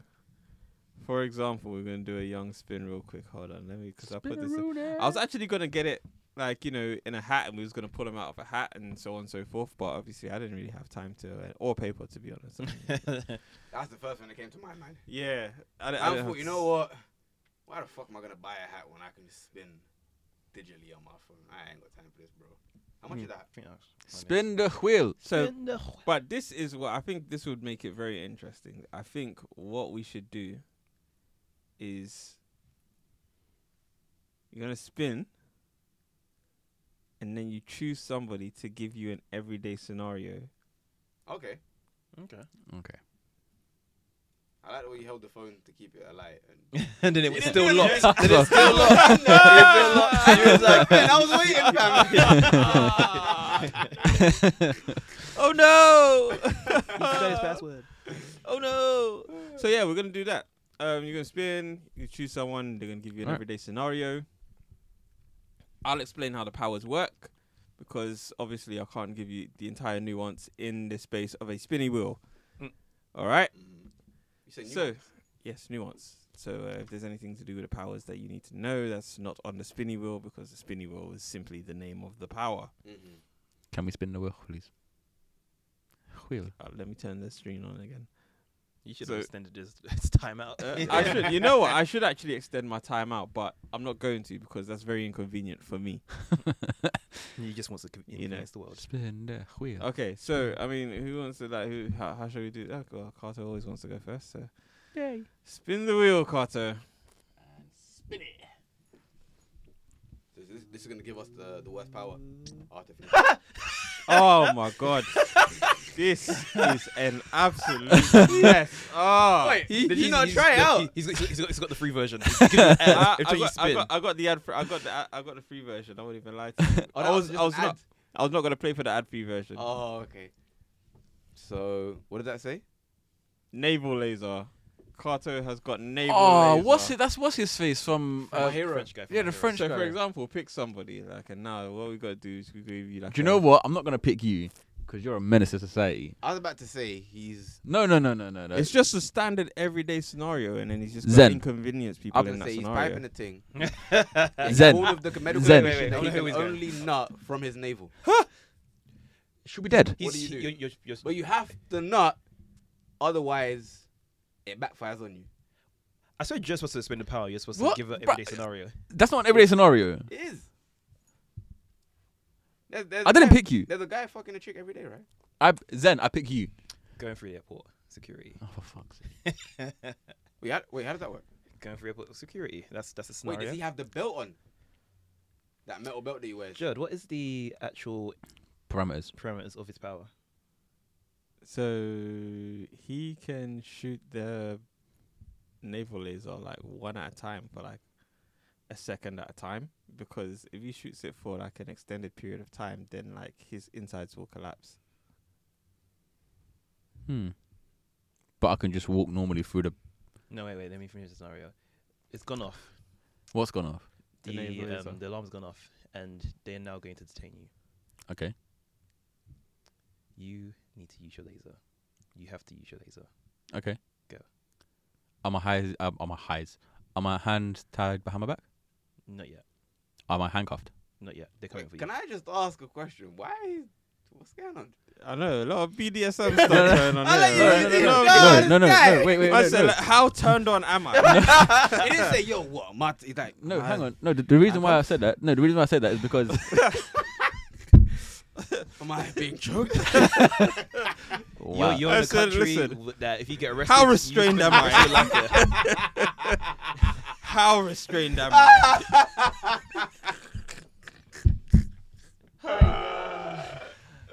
B: for example, we're gonna do a young spin real quick. Hold on, let me because I put this. in- I was actually gonna get it like you know in a hat, and we was gonna pull him out of a hat and so on and so forth. But obviously, I didn't really have time to uh, or paper to be honest.
E: Mm-hmm.
C: That's the first one that came to my mind.
B: yeah, I, d- I
C: I
B: didn't have
C: thought, you
B: s-
C: know what? Why the fuck am I gonna buy a hat when I can spin digitally on my phone? I ain't got time for this, bro. How
E: Hmm.
C: much is that?
D: Spin the wheel.
B: So, but this is what I think. This would make it very interesting. I think what we should do is you're gonna spin, and then you choose somebody to give you an everyday scenario.
C: Okay.
E: okay.
D: Okay.
C: I like the way you held the phone to keep it alight. And
E: And then it was
C: didn't
E: still
C: do
E: locked.
C: anything.
E: Then it's still locked.
C: I was like, man, I was waiting, fam.
B: Oh no!
E: password.
B: oh no! So yeah, we're gonna do that. Um, you're gonna spin. You choose someone. They're gonna give you an
D: Alright.
B: everyday scenario. I'll explain how the powers work because obviously I can't give you the entire nuance in the space of a spinny wheel.
E: Mm.
B: All right.
C: Mm-hmm. You said
B: So-
C: nuance.
B: Yes, nuance. So uh, if there's anything to do with the powers that you need to know, that's not on the spinny wheel because the spinny wheel is simply the name of the power.
C: Mhm.
D: Can we spin the wheel, please? Wheel.
B: Uh, let me turn the screen on again.
E: You should
B: So-
E: have extended his, his time out.
B: Uh, I should, you know what? I should actually extend my time out, but I'm not going to because that's very inconvenient for me.
E: He just wants to
B: know.
E: convince the world.
D: Spin the wheel.
B: Okay, so I mean, who wants to like? Who? How, how should we do that? Well, Carter always wants to go first. So, spin the wheel, Carter.
C: So This, this is gonna give us the, the worst power. Artificial.
B: Oh my God, this is an absolute mess. Oh,
C: Wait,
E: He-
C: did you
E: he's-
C: not
E: he's-
C: try it
E: he-
C: out?
E: He's got, he's, got, he's got the free version. He's giving you ads
B: I, I
E: every time you
B: got, I
E: spin.
B: got, I got the ad. For, I got the. ad- I got the free version. I won't even lie. To you.
C: Oh,
B: I
C: that
B: was.
C: just
B: I was
C: an
B: not.
C: ad.
B: I was not gonna play for the ad free version.
C: Oh, okay. So, what did that say?
B: Naval laser. Carter has got naval
D: Oh,
B: laser.
D: what's it? That's what's his face from.
E: My
D: Uh,
E: hero. French guy from
D: yeah,
E: My
D: the
E: Hero.
D: French
B: So,
D: guy.
B: for example, pick somebody like, and now what we gotta do is we give you like.
D: Do you
B: a-
D: know what? I'm not gonna pick you because you're a menace to society.
C: I was about to say he's.
D: No, no, no, no, no, no.
B: It's just a standard everyday scenario, and then he's just got
D: Zen.
B: inconvenience people
C: I was
B: in
C: gonna
B: that
C: say he's
B: scenario.
C: piping the thing.
D: Zen.
C: All of the medical information
D: Zen.
E: Wait,
C: that he
E: wait, wait, I know
C: can
E: who he's
C: only nut from his navel.
D: Should be dead.
E: He's,
C: do you
E: he-
C: do?
E: You're, you're, you're,
C: But you have to nut, otherwise, it backfires on you.
E: I swear you're supposed to spin the power. You're supposed
D: What?
E: to give an
D: Bru-
E: everyday scenario.
D: That's not an everyday scenario.
C: It is. There's, there's
D: I
C: a
D: didn't
C: guy-
D: pick you.
C: There's a guy fucking a chick every day, right?
D: I Zen. I pick you.
E: Going through the airport security.
D: Oh, for fuck's sake.
C: Wait, how, wait, how does that work?
E: Going through airport security. That's that's a
C: Wait,
E: scenario.
C: does he have the belt on? That metal belt that he wears.
E: Judd, what is the actual
D: Parameters.
E: parameters of his power?
B: So he can shoot the naval laser like one at a time for like a second at a time because if he shoots it for like an extended period of time, then like his insides will collapse.
D: Hmm. But I can just walk normally through the.
E: No, wait, wait. Let me finish the scenario. It's gone off.
D: What's gone off?
B: The
E: The
B: naval laser.
E: um, the alarm's gone off, and they are now going to detain you.
D: Okay.
E: You need to use your laser. You have to use your laser.
D: Okay.
E: Go.
D: I'm a highs. I'm, I'm a highs. Am I hand tied behind my back?
E: Not yet.
D: Am I handcuffed?
E: Not yet. They're coming
C: Wait,
E: for you.
C: can I just ask a question? Why? What's going on?
B: I know a lot of BDSM stuff going on.
C: I like
B: here.
C: you,
B: Like,
C: you
B: you
C: did
B: know,
C: that.
B: like,
D: no, no, no, no, Wait, wait,
B: I
D: wait.
B: said,
D: no.
B: like, how turned on am I?
C: he didn't say, yo, what? Matt, he's like,
D: No,
C: "Man,
D: hang on. No, the, the reason why I said that. No, the reason why I said that is because
C: Am I being choked?
D: wow.
E: You're, you're in
B: I
E: a
B: said,
E: country
B: listen.
E: w- that if you get arrested,
B: How
E: you
B: restrained
E: can
B: am
E: go to
B: I?
E: Sri Lanka.
B: how restrained am I?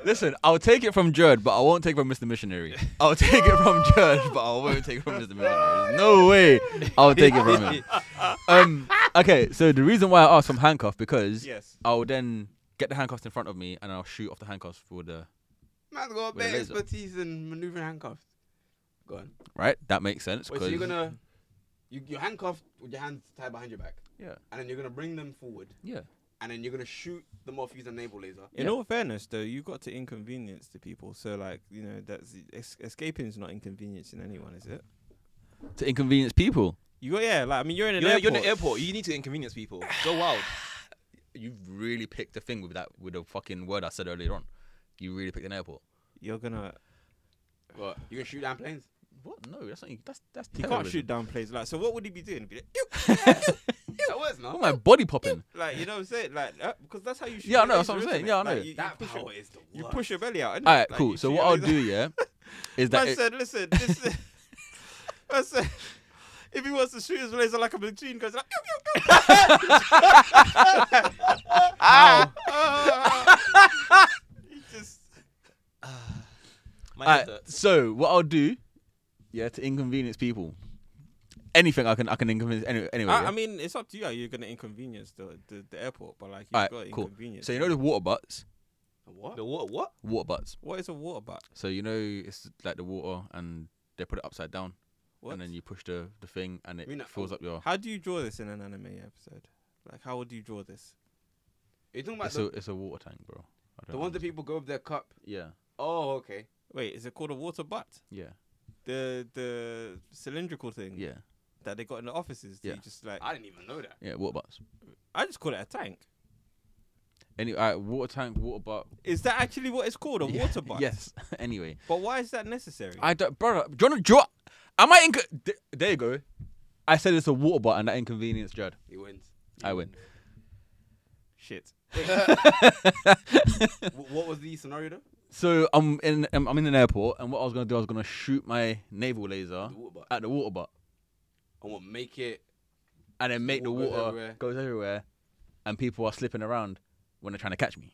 D: Listen, I'll take it from Jerd, but I won't take it from Mr. Missionary. I'll take it from Jerd, but I won't take it from Mr. Missionary. There's No way. I'll take it from him. Um, okay, so the reason why I asked from handcuff because
B: yes.
D: I'll then get the handcuffs in front of me and I'll shoot off the handcuffs for the.
C: Man's got
D: With a
C: better
D: laser.
C: expertise in maneuvering handcuffs. Go on.
D: right? That makes sense.
C: Wait, so you're
D: 'cause-
C: gonna you you're handcuffed with your hands tied behind your back.
D: Yeah.
C: And then you're gonna bring them forward,
D: yeah.
C: and then you're gonna shoot them off using a navel laser.
B: In
D: Yeah.
B: all fairness, though, you've got to inconvenience the people. So, like, you know, that's es- escaping is not inconveniencing anyone, is it?
D: To inconvenience people.
B: You got yeah, like I mean, you're in an
E: You're,
B: airport.
E: you're in the airport. You need to inconvenience people. Go wild.
D: You've really picked a thing with that with the fucking word I said earlier on. You really picked an airport.
B: You're gonna.
C: What? You gonna shoot down planes?
D: What? No, that's not. That's that's.
B: You can't shoot down planes. Like, so what would he be doing? Be like, "Ew,"
C: That was
D: Oh
C: not.
D: my body popping.
B: like, you know what I'm saying? Like, uh, because that's how you. Shoot
D: Yeah, I
B: your
D: know, that's
B: laser,
D: what I'm
B: isn't
D: saying.
B: it?
D: Yeah, I know.
B: Like, you,
C: That
B: you push,
C: power
B: your-
C: is the
B: you
C: worst.
B: push your belly out. innit?
D: All right,
B: Like,
D: cool.
B: you
D: So
B: shoot
D: what
B: your
D: I'll
B: laser-
D: do, yeah, is that
B: Man
D: it,
B: said, listen, this. is- Man said, if he wants to shoot his laser like a machine, goes like. "Ew, ew, ew." He just.
E: My
D: All
E: head
D: right,
E: hurts.
D: so what I'll do, yeah, to inconvenience people, anything I can, I can inconvenience. Anyway, anyway.
B: I,
D: yeah?
B: I mean, it's up to you. How you're gonna inconvenience the, the, the airport, but like you've
D: Alright,
B: got
D: cool.
B: inconvenience.
D: so you know the water butts,
C: What?
E: The what? What?
D: water butts.
B: what is a water butt?
D: So you know it's like the water, and they put it upside down,
B: What?
D: and then you push the the thing, and it
C: You know-
D: fills up your.
B: How do you draw this in an anime episode? Like, how would you draw this?
C: You're talking about
D: It's
C: the,
D: a it's a water tank, bro. I don't
C: the ones
D: know.
C: that people go with their cup.
D: Yeah,
C: Oh, okay.
B: Wait, is it called a water butt?
D: yeah,
B: The the cylindrical thing
D: yeah,
B: that they got in the offices. that
D: Yeah.
B: You just like I,
C: I didn't even know that.
D: yeah. Water butts.
B: just call it a tank.
D: Anyway, all right, water tank, water butt.
B: Is that actually what it's called? A
D: Yeah,
B: water butt.
D: Yes. anyway,
B: But why is that necessary?
D: I don't, brother. Do you want to? Am I inco- th- There you go. I said it's a water butt, and that inconvenience, Judd.
C: He wins.
D: I win.
B: Shit.
C: Wh- what was the scenario though?
D: So I'm in I'm I'm in an airport, and what I was gonna do, I was gonna shoot my naval laser
C: The water butt.
D: at the water butt,
C: I want to make it.
D: and then make the
C: water
D: water
C: goes everywhere.
D: goes everywhere, and people are slipping around when they're trying to catch me.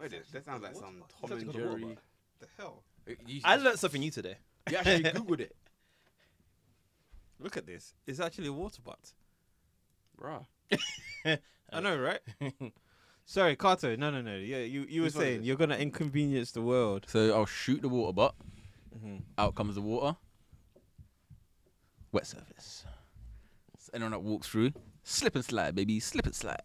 C: Wait, that, that sounds like some Tom
E: Sounds
C: and
E: like a water
C: Jerry.
E: The hell?
C: You, you-
E: I learned something new today.
C: you actually googled it,
B: Look at this. It's actually a water butt.
C: bruh.
D: Uh,
B: I know, right? Sorry, Kato. No, no, no. Yeah, you you were
C: Which one is
B: saying
C: it?
B: you're gonna inconvenience the world.
D: So I'll shoot the water butt.
C: Mm-hmm.
B: Mhm.
D: Out comes the water. Wet surface. So anyone that walks through, slip and slide, baby, slip and slide.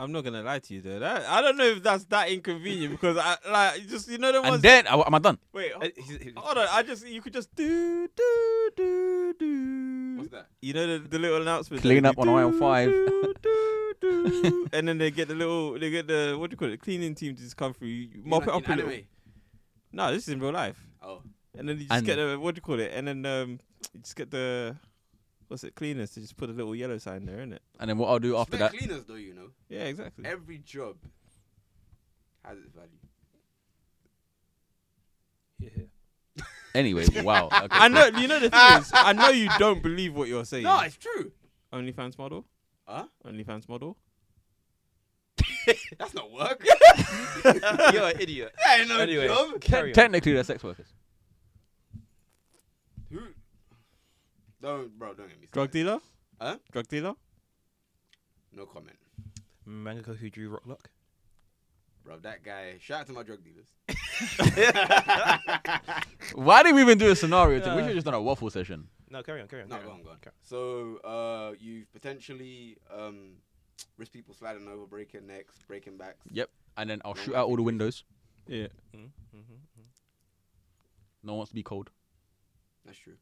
B: I'm not gonna lie to you though. That, I don't know if that's that inconvenient because I like just you know the
D: And
B: ones.
D: then I, am I done?
B: wait,
E: Uh,
B: hold,
E: he's- he-
B: hold on. I just you could just do do do do.
C: What's that?
B: You know the, the little announcement.
D: Clean up on aisle five.
B: Do, do, do, and then they get the little they get the what do you call it cleaning team to just come through, you you mop
C: In-
B: it up
C: in
B: a little.
C: anime.
B: No, this is in real life.
C: Oh,
B: And then you just
D: And-
B: get the what do you call it? And then um you just get the what's it cleaners to just put a little yellow sign there, innit?
D: And then what I'll do after
C: They're
D: that?
C: cleaners though, you know.
B: Yeah, exactly.
C: Every job has its value.
E: yeah.
D: Anyway, wow. Okay,
B: I know you know the thing is I know you don't believe what you're saying.
C: No, it's true.
B: OnlyFans model?
C: Huh?
B: OnlyFans model?
C: That's not work.
E: You're an idiot.
C: that ain't no
E: Anyway,
C: job.
E: carry
D: cool.
E: on.
D: Technically, they're sex workers.
C: Who? Don't, bro. Don't get me. Started.
B: Drug dealer?
C: Huh?
B: Drug dealer?
C: No comment,
E: Mangaka who drew Rocklock.
C: bro. That guy. Shout out to my drug dealers.
D: Why did we even do a scenario? thing? We should have just done a waffle session.
E: No, carry on, carry on.
C: No,
E: carry
C: go on, go on.
E: carry
C: So, uh, you've potentially um, risk people sliding over, breaking necks, breaking backs.
D: Yep. And then I'll shoot out all the windows.
B: Yeah.
E: on. Mm, mhm, mhm.
D: No one wants to be cold.
C: That's true.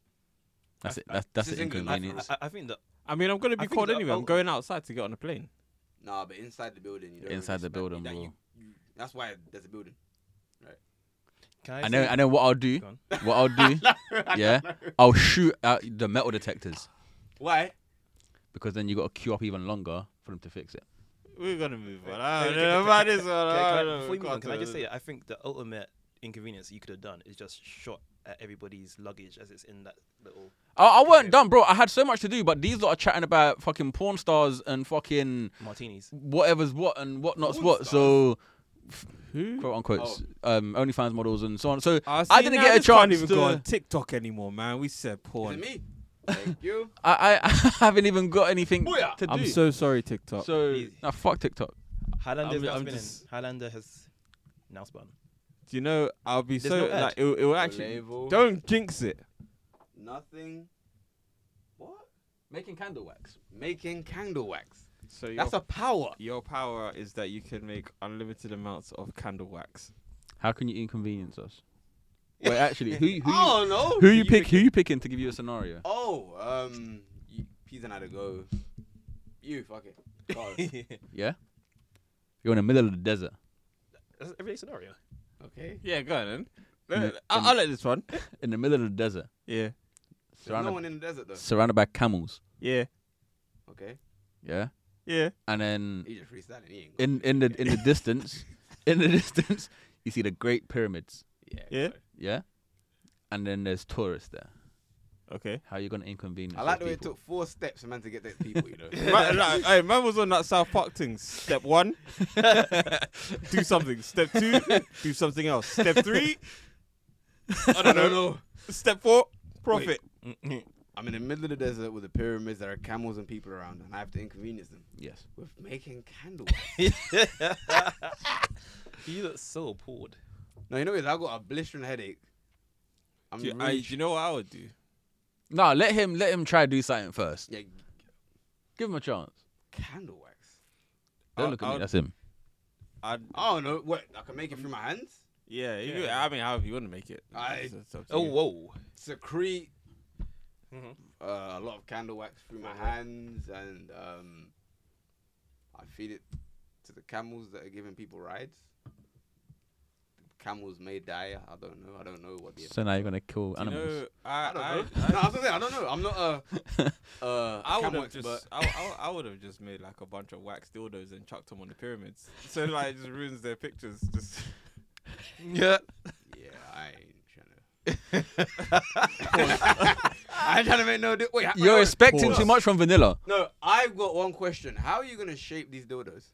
D: That's it. That's that's
C: This is
D: the
C: England, I think.
D: inconvenience.
E: I, I think that
B: I mean, I'm gonna
E: I
B: be
E: think
B: cold
E: that-
B: anyway.
E: oh.
B: I'm going outside to get on a plane.
C: Nah, but inside the building, you don't
D: Inside the
C: really respect-
D: building,
C: that
D: bro.
C: you- you- that's why there's a building.
E: can I,
D: I know.
E: say-
D: I know what I'll do.
E: Go on.
D: What I'll do. yeah. I'll shoot out the metal detectors
C: Why?
D: because then you got to queue up even longer for them to fix it.
B: We're gonna move on.
E: Can-
B: I don't
E: can-
B: know
E: can-
B: about
E: can-
B: this one.
E: can-
B: I
E: can I-
B: don't know.
E: before you move on, Can I
B: Can't-
E: just say, I think the ultimate inconvenience you could have done is just shot at everybody's luggage as it's in that little.
D: I, I
E: Okay.
D: weren't done, bro. I had so much to do, but these lot are chatting about fucking porn stars and fucking
E: Martinis.
D: whatever's what and whatnot's
C: Porn
D: what. So,
B: Who?
D: quote unquote, um, OnlyFans models and so on. So
B: Ah,
D: I
B: see,
D: didn't
B: now
D: get a
B: this Can't
D: chance
B: even go
D: to-
B: on TikTok anymore, man. We said
C: Is it
B: porn.
C: me? Thank you.
D: I, I haven't even got anything
C: Booyah.
D: to do.
B: I'm so sorry, TikTok.
D: So
E: Easy.
D: nah, fuck TikTok.
E: Highlander
B: I'm-
E: now
B: I'm
E: spinning.
B: just-
E: Highlander has now spun.
B: Do you know? I'll be
E: There's
B: so
E: no ad.
B: like it, will- it will actually.
C: Label.
B: Don't jinx it.
C: Nothing. What?
D: Making candle wax.
C: Making candle wax.
B: So your,
C: That's a power.
B: your power is that you can make unlimited amounts of candle wax.
D: How can you inconvenience us? Wait, actually, who who you,
C: Oh no.
D: who you pick? Who you picking to give you a scenario?
C: Oh, um, you, P's and I to go. You fuck it. Go.
D: Yeah. You're in the middle of the desert.
E: That's everyday scenario.
C: okay.
B: Yeah, go on.
D: In
B: Then.
D: the- in-
B: I'll, I'll let this one.
D: In the middle of the desert,
B: Yeah,
C: There's
D: surrounded
C: no one in the desert though.
D: surrounded by camels.
B: yeah,
C: Okay.
D: Yeah.
B: yeah.
D: And then
C: He just freestyling. He ain't.
D: in in the in the distance, in the distance, you see the Great Pyramids.
C: Yeah.
B: Yeah.
C: sorry.
D: Yeah. And then there's tourists there.
B: Okay.
D: How you gonna inconvenience?
C: I like the
D: those
C: way it
D: people?
C: took four steps for man to get those people. You know.
B: man, like, hey, man was on that South Park thing. Step one, do something. Step two, do something else. Step three, I don't know. Step four, profit.
E: Mm-hmm.
C: I'm in the middle of the desert with the pyramids. There are camels and people around, and I have to inconvenience them
D: Yes.
C: with making candles.
E: You look so appalled.
C: no, you know what? I got a blistering headache. I'm
B: Do you, I,
C: really
B: do you know what I would do?
D: No, let him let him try do something first.
C: yeah,
D: Give him a chance.
C: candle wax.
D: Don't
B: I'll-
D: look at
B: I'll-
D: me. That's him.
B: I'd,
C: I don't know. What? I can make it through my hands.
B: yeah, you-
E: Yeah.
B: I mean, however you want to make it.
C: I-
B: It's- it's up to
E: Oh
B: you.
E: whoa.
C: Secrete
B: Mm-hmm.
E: Mhm.
C: uh, a lot of candle wax through my hands, and um, I feed it to the camels that are giving people rides. Camels may die. I don't know. I don't know what the.
D: So now you're gonna kill
B: You
D: animals.
B: know, I,
C: I don't
B: I,
C: know.
B: I,
C: no, I'm saying I don't know. I'm not a. Uh,
B: I would
C: camel
B: have
C: expert.
B: just, I, I, I would have just made like a bunch of wax dildos and chucked them on the pyramids. So like, it just ruins their pictures. Just
D: Yeah.
C: Yeah, I ain't trying to. I ain't trying to make no. Di- wait, ha- wait,
D: You're
C: wait.
D: expecting
C: Pause.
D: too much from vanilla.
C: No, I've got one question. How are you gonna shape these dildos?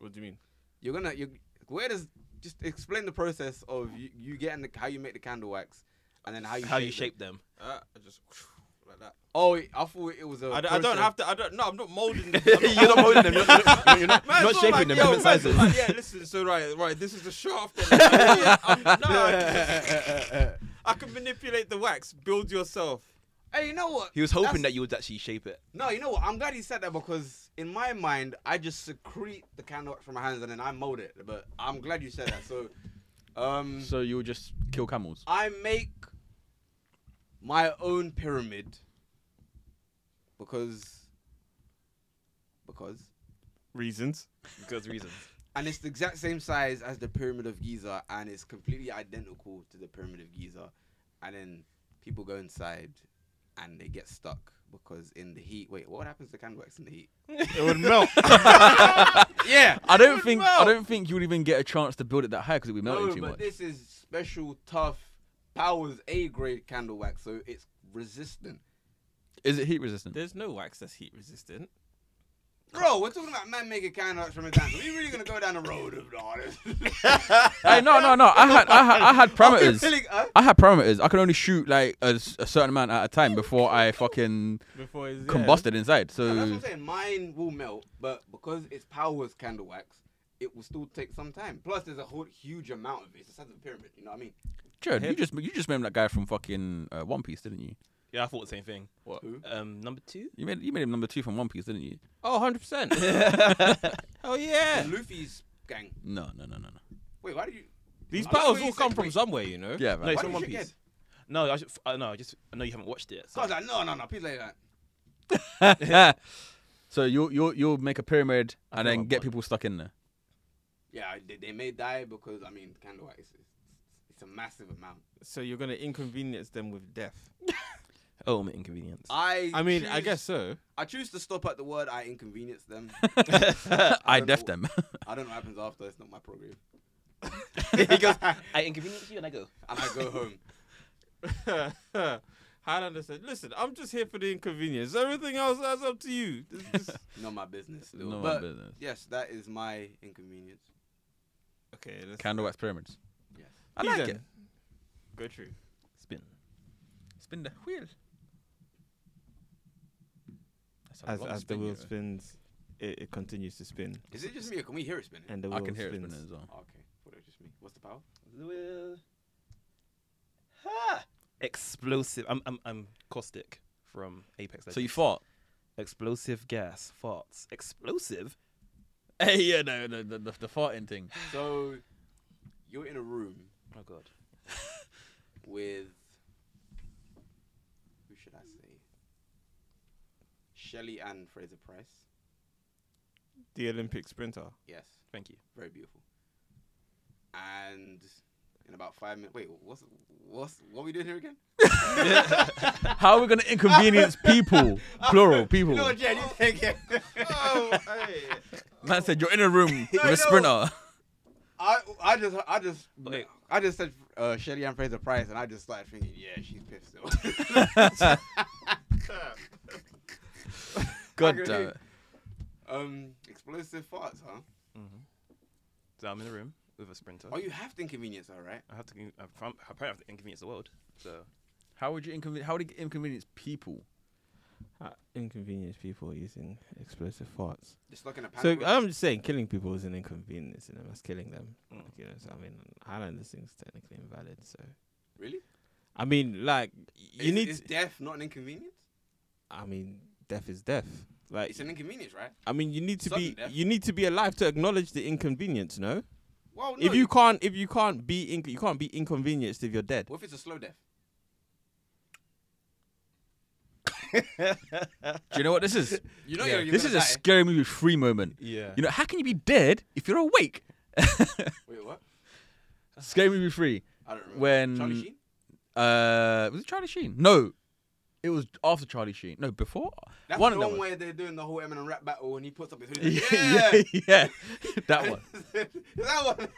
B: what do you mean?
C: You're gonna you. Where does just explain the process of you, you getting the, how you make the candle wax, and then how you
E: How
C: shape them.
E: you shape them?
B: Uh, I just like that.
C: Oh, I thought it was a.
B: I, d- I don't
C: process.
B: have to. I don't. No, I'm not molding. them.
E: You're not molding them. You're not, you're not,
B: Man,
E: not
B: it's
E: shaping
B: like,
E: them.
B: yo,
E: Different
B: man,
E: sizes.
B: like, yeah, listen. So right, right. This is the shaft. on it. Yeah, I'm- no, I can- I can manipulate the wax. Build yourself.
C: Hey, you know what?
E: He was hoping
C: That's-
E: that you would actually shape it.
C: No, you know what? I'm glad he said that because in my mind, I just secrete the candle wax from my hands and then I mold it. But I'm glad you said that. So, um,
D: So you'll just kill camels.
C: I make my own pyramid because because
B: Reasons.
E: Because reasons.
C: and it's the exact same size as the pyramid of Giza and it's completely identical to the pyramid of Giza and then people go inside and they get stuck because in the heat wait what happens to candle wax in the heat
B: It would melt.
C: yeah
D: I don't think I don't think you would even get a chance to build it that high because it'd be melting
C: no
D: too
C: but
D: much.
C: this is special tough powers A grade candle wax so it's resistant
D: Is it heat resistant?
B: There's no wax that's heat resistant.
C: Bro, we're talking about man making kind of from a dance. Are we really gonna go down the road of all this?
D: Hey, no, no, no. I had I had, I had parameters.
C: Feeling, huh?
D: I had parameters. I could only shoot like a, s- a certain amount at a time before I fucking
B: Before it's
D: combusted
C: And
D: inside.
C: that's what
D: So
C: I'm saying. Mine will melt, but because it's powers candle wax, it will still take some time. Plus, there's a whole huge amount of it. It's the size of a pyramid. You know what I mean?
D: Jared, you just you just remember that guy from fucking uh, One Piece, didn't you?
E: Yeah, I thought the same thing.
C: What? Who?
E: Um, number two.
D: You made you made him number two from One Piece, didn't you?
B: Oh, 100 percent. Oh yeah.
C: Luffy's gang.
D: No, no, no, no, no.
C: Wait, why do you?
B: These
C: I like
B: powers
C: what
B: all
C: you
B: come
C: said,
B: from
C: wait.
B: somewhere, you know.
D: Yeah,
E: No,
D: man.
E: it's
C: Why
E: from
C: did
E: One
C: you
E: Piece.
C: get-
E: No, I just I, no, I just I know you haven't watched it.
C: So I
E: So.
C: was like, no, no, no. Please like that.
D: so you you you'll make a pyramid and
B: I
D: then get
B: want-
D: people stuck in there.
C: Yeah, they, they may die because I mean, candle wax. It's, it's a massive amount.
B: So you're gonna inconvenience them with death.
E: Oh, my inconvenience.
C: I.
B: I mean, I
C: choose-
B: guess so.
C: I choose to stop at the word. I inconvenience them.
D: I
C: don't
D: def
C: know.
D: them.
C: I don't know what happens after. It's not my program.
E: he goes, I inconvenience you, and I go.
C: and I go home.
B: Highlander said, "Listen, I'm just here for the inconvenience. Everything else that's up to you." This is-
C: Not my business. Lil.
D: No,
C: but
D: my business.
C: yes, that is my inconvenience.
B: okay, let's
D: Candle wax pyramids.
C: Yes.
D: I
B: He's
D: like
B: in.
D: it.
B: Go through.
E: Spin.
D: Spin the wheel. That's a
B: As,
D: lot of
B: as the
D: spin, you
B: wheel
D: know.
B: spins, it, it continues to spin,
C: Is it just me or can we hear it spinning?
B: and the wheel
D: I can hear it
B: spins.
D: spinning as well.
C: Oh, okay. What is just me? What's the power?
E: Will- Ha! Explosive. I'm, I'm, I'm caustic from Apex.
D: So you
E: Legends.
D: fought.
E: explosive gas farts. Explosive.
D: Hey, yeah, no, no, the, the, the farting thing.
C: So you're in a room
E: Oh god.
C: with who should I say? Shelley and Fraser Price.
B: The Olympic sprinter.
C: Yes,
E: Thank you.
C: very beautiful. And in about five minutes, wait, what's what's what are we doing here again?
D: How are we gonna inconvenience people, plural people?
C: No, Jen, you take it.
D: Man said you're in a room with
C: no.
D: a sprinter.
C: I I just I just I just said uh, Shelly Ann Fraser Price, and I just started thinking, yeah, she's pissed still.
D: God
C: I
D: damn
C: agree.
D: it.
C: um, explosive farts, huh?
E: So I'm in a room with a sprinter.
C: Oh, you have to inconvenience, all right?
E: I have to. I found- I probably have to inconvenience the world. So
D: How would you inconvenience? How would you inconvenience people?
B: Uh, inconvenience people using explosive farts.
C: Just like in a
B: So
C: panic.
D: um,
B: I'm just saying, killing people is an inconvenience, and that's killing them.
D: Mm.
B: Like, you know, so I mean, Highlanders thing's technically invalid. So
C: really?
B: I mean, like you
C: is,
B: need.
C: Is death not an inconvenience?
B: I mean, death is death. Like
C: It's an inconvenience, right?
B: I mean, you need to
C: sudden
B: be
C: death.
B: you need to be alive to acknowledge the inconvenience. No,
C: Well, no.
B: if you can't if you can't be inc- you can't be inconvenienced if you're dead.
C: what if it's a slow death?
D: Do you know what this is?
C: You know,
D: Yeah.
C: you're, you're
D: this is
C: gonna
D: a
C: die.
D: scary movie free moment.
E: yeah.
D: You know, how can you be dead if you're awake?
C: Wait, what?
D: scary movie free.
C: I don't remember.
D: When
C: Charlie Sheen?
D: uh, was it Charlie Sheen? No, it was after Charlie Sheen. No, before
C: That's
D: one
C: the
D: of them.
C: one
D: was-
C: where they're doing the whole Eminem rap battle and he puts up his hoodie.
D: yeah,
C: like,
D: yeah, yeah, that one.
C: that one.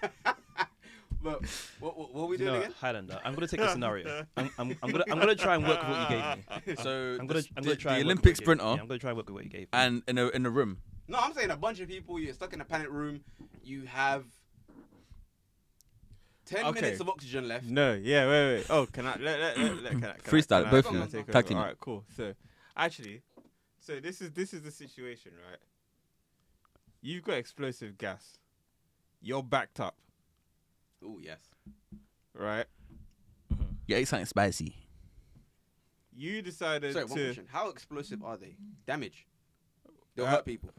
C: but what, what, what are we doing
E: No,
C: again?
E: Highlander. I'm gonna take the scenario. I'm, I'm, I'm gonna I'm gonna try and work with what you gave me.
D: So
E: I'm gonna
D: the,
E: I'm gonna
D: the-
E: try
D: the
E: and work with what
D: Olympic
E: you gave me.
D: sprinter
E: Yeah, I'm gonna try and work with what you gave me.
D: and in a in a room.
C: No, I'm saying a bunch of people. You're stuck in a panic room. You have ten
B: Okay.
C: minutes of oxygen left.
B: No, yeah, wait, wait. Oh, can I? Let, let, let, let, can I can
D: Freestyle,
B: I, can
D: both
B: I,
C: of you.
B: can I take
D: Tag
B: over?
D: team.
B: Alright, cool. So, actually, so this is this is the situation, right? You've got explosive gas. You're backed up,
C: Oh yes.
B: right?
D: Yeah, it's something spicy.
B: You decided
C: Sorry, one
B: to
C: question. How explosive are they? Damage. They'll
B: Uh,
C: hurt people.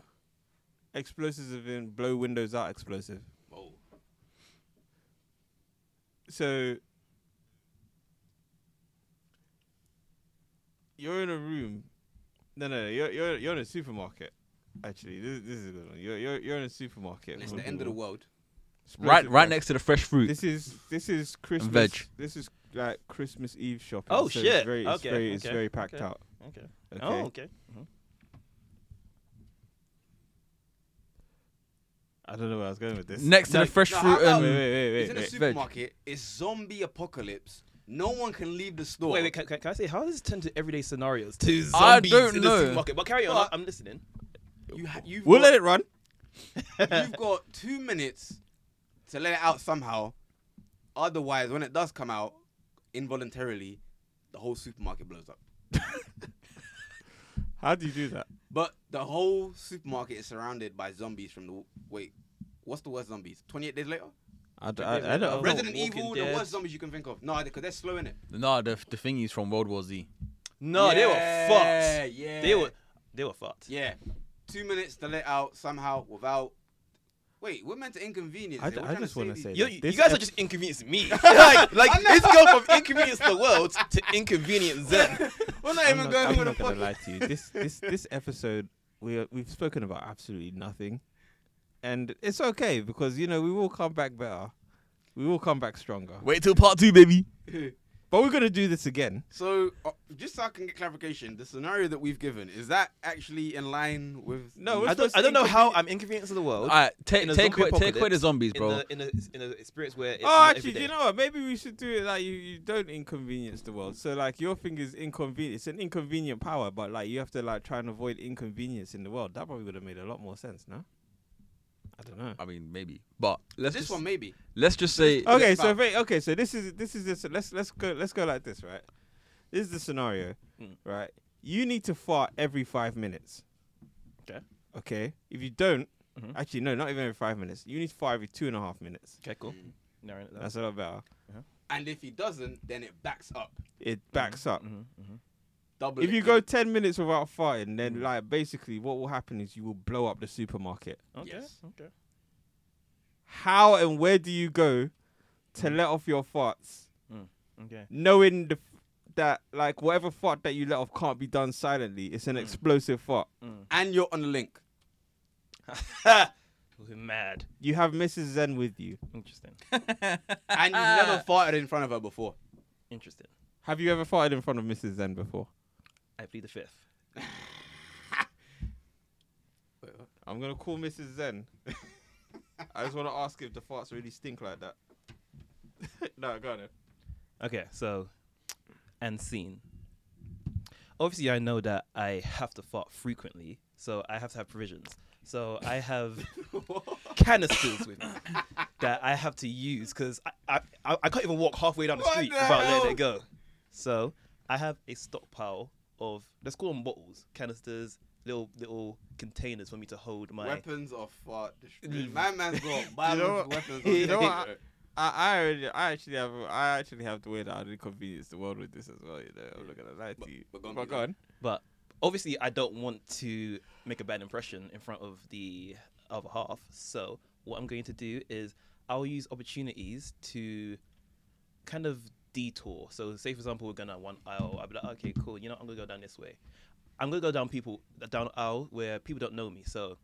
B: explosives have been blow windows out explosive.
C: Oh.
B: So you're in a room. No, no, no, you're you're you're in a supermarket. Actually, this, this is a good one. You're you're you're in a supermarket.
C: And it's the end of the world.
D: Right,
B: Explosive
D: right
B: gas.
D: next to the fresh fruit.
B: This is this is Christmas.
D: veg.
B: This is like Christmas Eve shopping.
E: Oh,
B: so It's
E: shit.
B: very, it's
E: Okay,
B: very, it's
E: okay,
B: very packed
E: okay.
B: out.
E: okay.
B: Okay.
E: Oh, okay.
B: I don't know where I was going with this.
D: next to
C: No,
D: the um, fresh
C: no,
D: fruit
C: how
B: Wait,
D: and
B: wait, wait,
C: It's
B: wait.
C: in a
B: wait.
D: veg.
C: supermarket. It's zombie apocalypse. No one can leave the store.
E: Wait, wait. Can, can can I say how does this turn to everyday scenarios? To
D: I
E: zombies
D: don't
E: in
D: know.
E: the supermarket. But carry on.
C: But-
E: I'm listening.
C: You ha- you've
B: We'll
C: got-
B: let it run.
C: You've got two minutes to let it out somehow. Otherwise, when it does come out, involuntarily, the whole supermarket blows up.
B: How do you do that?
C: But the whole supermarket is surrounded by zombies from the wait. What's the worst zombies? Twenty eight days later.
B: I, d-
E: Wait,
B: I-
E: wait,
B: I
E: wait,
B: don't.
E: oh.
B: know.
C: Resident
E: Walking
C: Evil,
E: Dead.
C: the worst zombies you can think of. No, because they're slow in it.
D: Nah, the the thingies from World War Z.
E: No, they were fucked.
C: Yeah,
E: They were they were fucked.
C: Yeah, two minutes to let out somehow without. Wait, we're meant to inconvenience.
B: I
C: it.
B: d-
C: We're
B: I
C: trying
B: just
C: to
B: wanna
C: save
B: say
E: You,
B: that
E: you
B: this
E: guys are
B: ep-
E: just inconveniencing me. like, like it's gone from inconvenience the world to inconvenience them.
C: We're not
B: I'm
C: even
B: not,
C: going
B: I'm
C: with a
B: not gonna
C: fucking.
B: lie to you. This this this episode we are, we've spoken about absolutely nothing, and it's okay because you know we will come back better. We will come back stronger.
D: Wait till part two, baby.
B: But we're gonna do this again.
C: So, uh, just so I can get clarification, the scenario that we've given is that actually in line with?
B: No,
C: the-
B: we're
E: I don't, I don't know how I'm inconveniencing the world.
D: All right, take
E: In a
D: take
E: zombie
D: away, take away the
E: apocalypse,
D: zombies,
E: in
D: bro.
E: a in a in a experience where it's
B: oh,
E: not
B: actually, do
E: everyday.
B: you know what? Maybe we should do it like you, you don't inconvenience the world. So like your thing is inconvenient. It's an inconvenient power, but like you have to like try and avoid inconvenience in the world. That probably would have made a lot more sense, no? I don't know.
D: I mean, maybe, but let's
C: this
D: just,
C: one maybe.
D: let's just say
B: Okay,
C: Let's
B: so
C: bounce.
B: wait, okay, so this is this is this. Let's let's go let's go like this, right? This is the scenario,
C: Hmm.
E: Mm.
B: right? You need to fart every five minutes.
E: Okay.
B: Okay. If you don't,
E: Mhm.
C: Mm-hmm.
B: actually no, not even every five minutes. You need to fart every two and a half minutes.
E: Okay, cool. narrowing it down.
B: That's a lot better.
C: And if he doesn't, then it backs up.
B: It backs up.
E: Mhm, mhm.
C: Double. Mm-hmm.
B: If
C: it Mm.
B: you
C: in.
B: go ten minutes without farting, then like basically what will happen is you will blow up the supermarket.
E: Okay.
C: Yes.
E: Okay.
B: How and where do you go to
C: Mm.
B: let off your farts,
E: Okay.
B: knowing the, f- that like whatever fart that you let off can't be done silently? It's an explosive fart.
C: and you're on the link.
E: We're mad.
B: You have Mrs. Zen with you.
E: Interesting.
C: and you've never farted in front of her before.
E: Interesting.
B: Have you ever farted in front of Mrs. Zen before?
E: I plead the fifth.
B: I'm gonna call Mrs. Zen. I just want to ask if the farts really stink like that. no, go on. then.
E: Okay, so and scene. Obviously, I know that I have to fart frequently, so I have to have provisions. So I have canisters with me that I have to use because I, I, I can't even walk halfway down the
C: What
E: street
C: the
E: without letting
C: hell?
E: it go. So I have a stockpile of let's call them bottles, canisters, little little containers for me to hold my.
C: Weapons of fart. destruction. My man's got
B: know
C: biological
B: what-
C: weapons.
B: you
C: on
B: know
C: the
B: what?
C: link.
B: I, I already, I actually have, I actually have the way that I'd inconvenience the world with this as well. You know, I'm not gonna lie to
C: But-
B: you.
C: but go on,
B: But
C: please,
B: go
C: go
B: on.
E: But obviously, I don't want to make a bad impression in front of the other half. So what I'm going to do is I'll use opportunities to kind of detour. So say for example, we're going down one aisle. I'll be like, okay, cool. You know, I'm gonna go down this way. I'm gonna go down people down aisle where people don't know me. So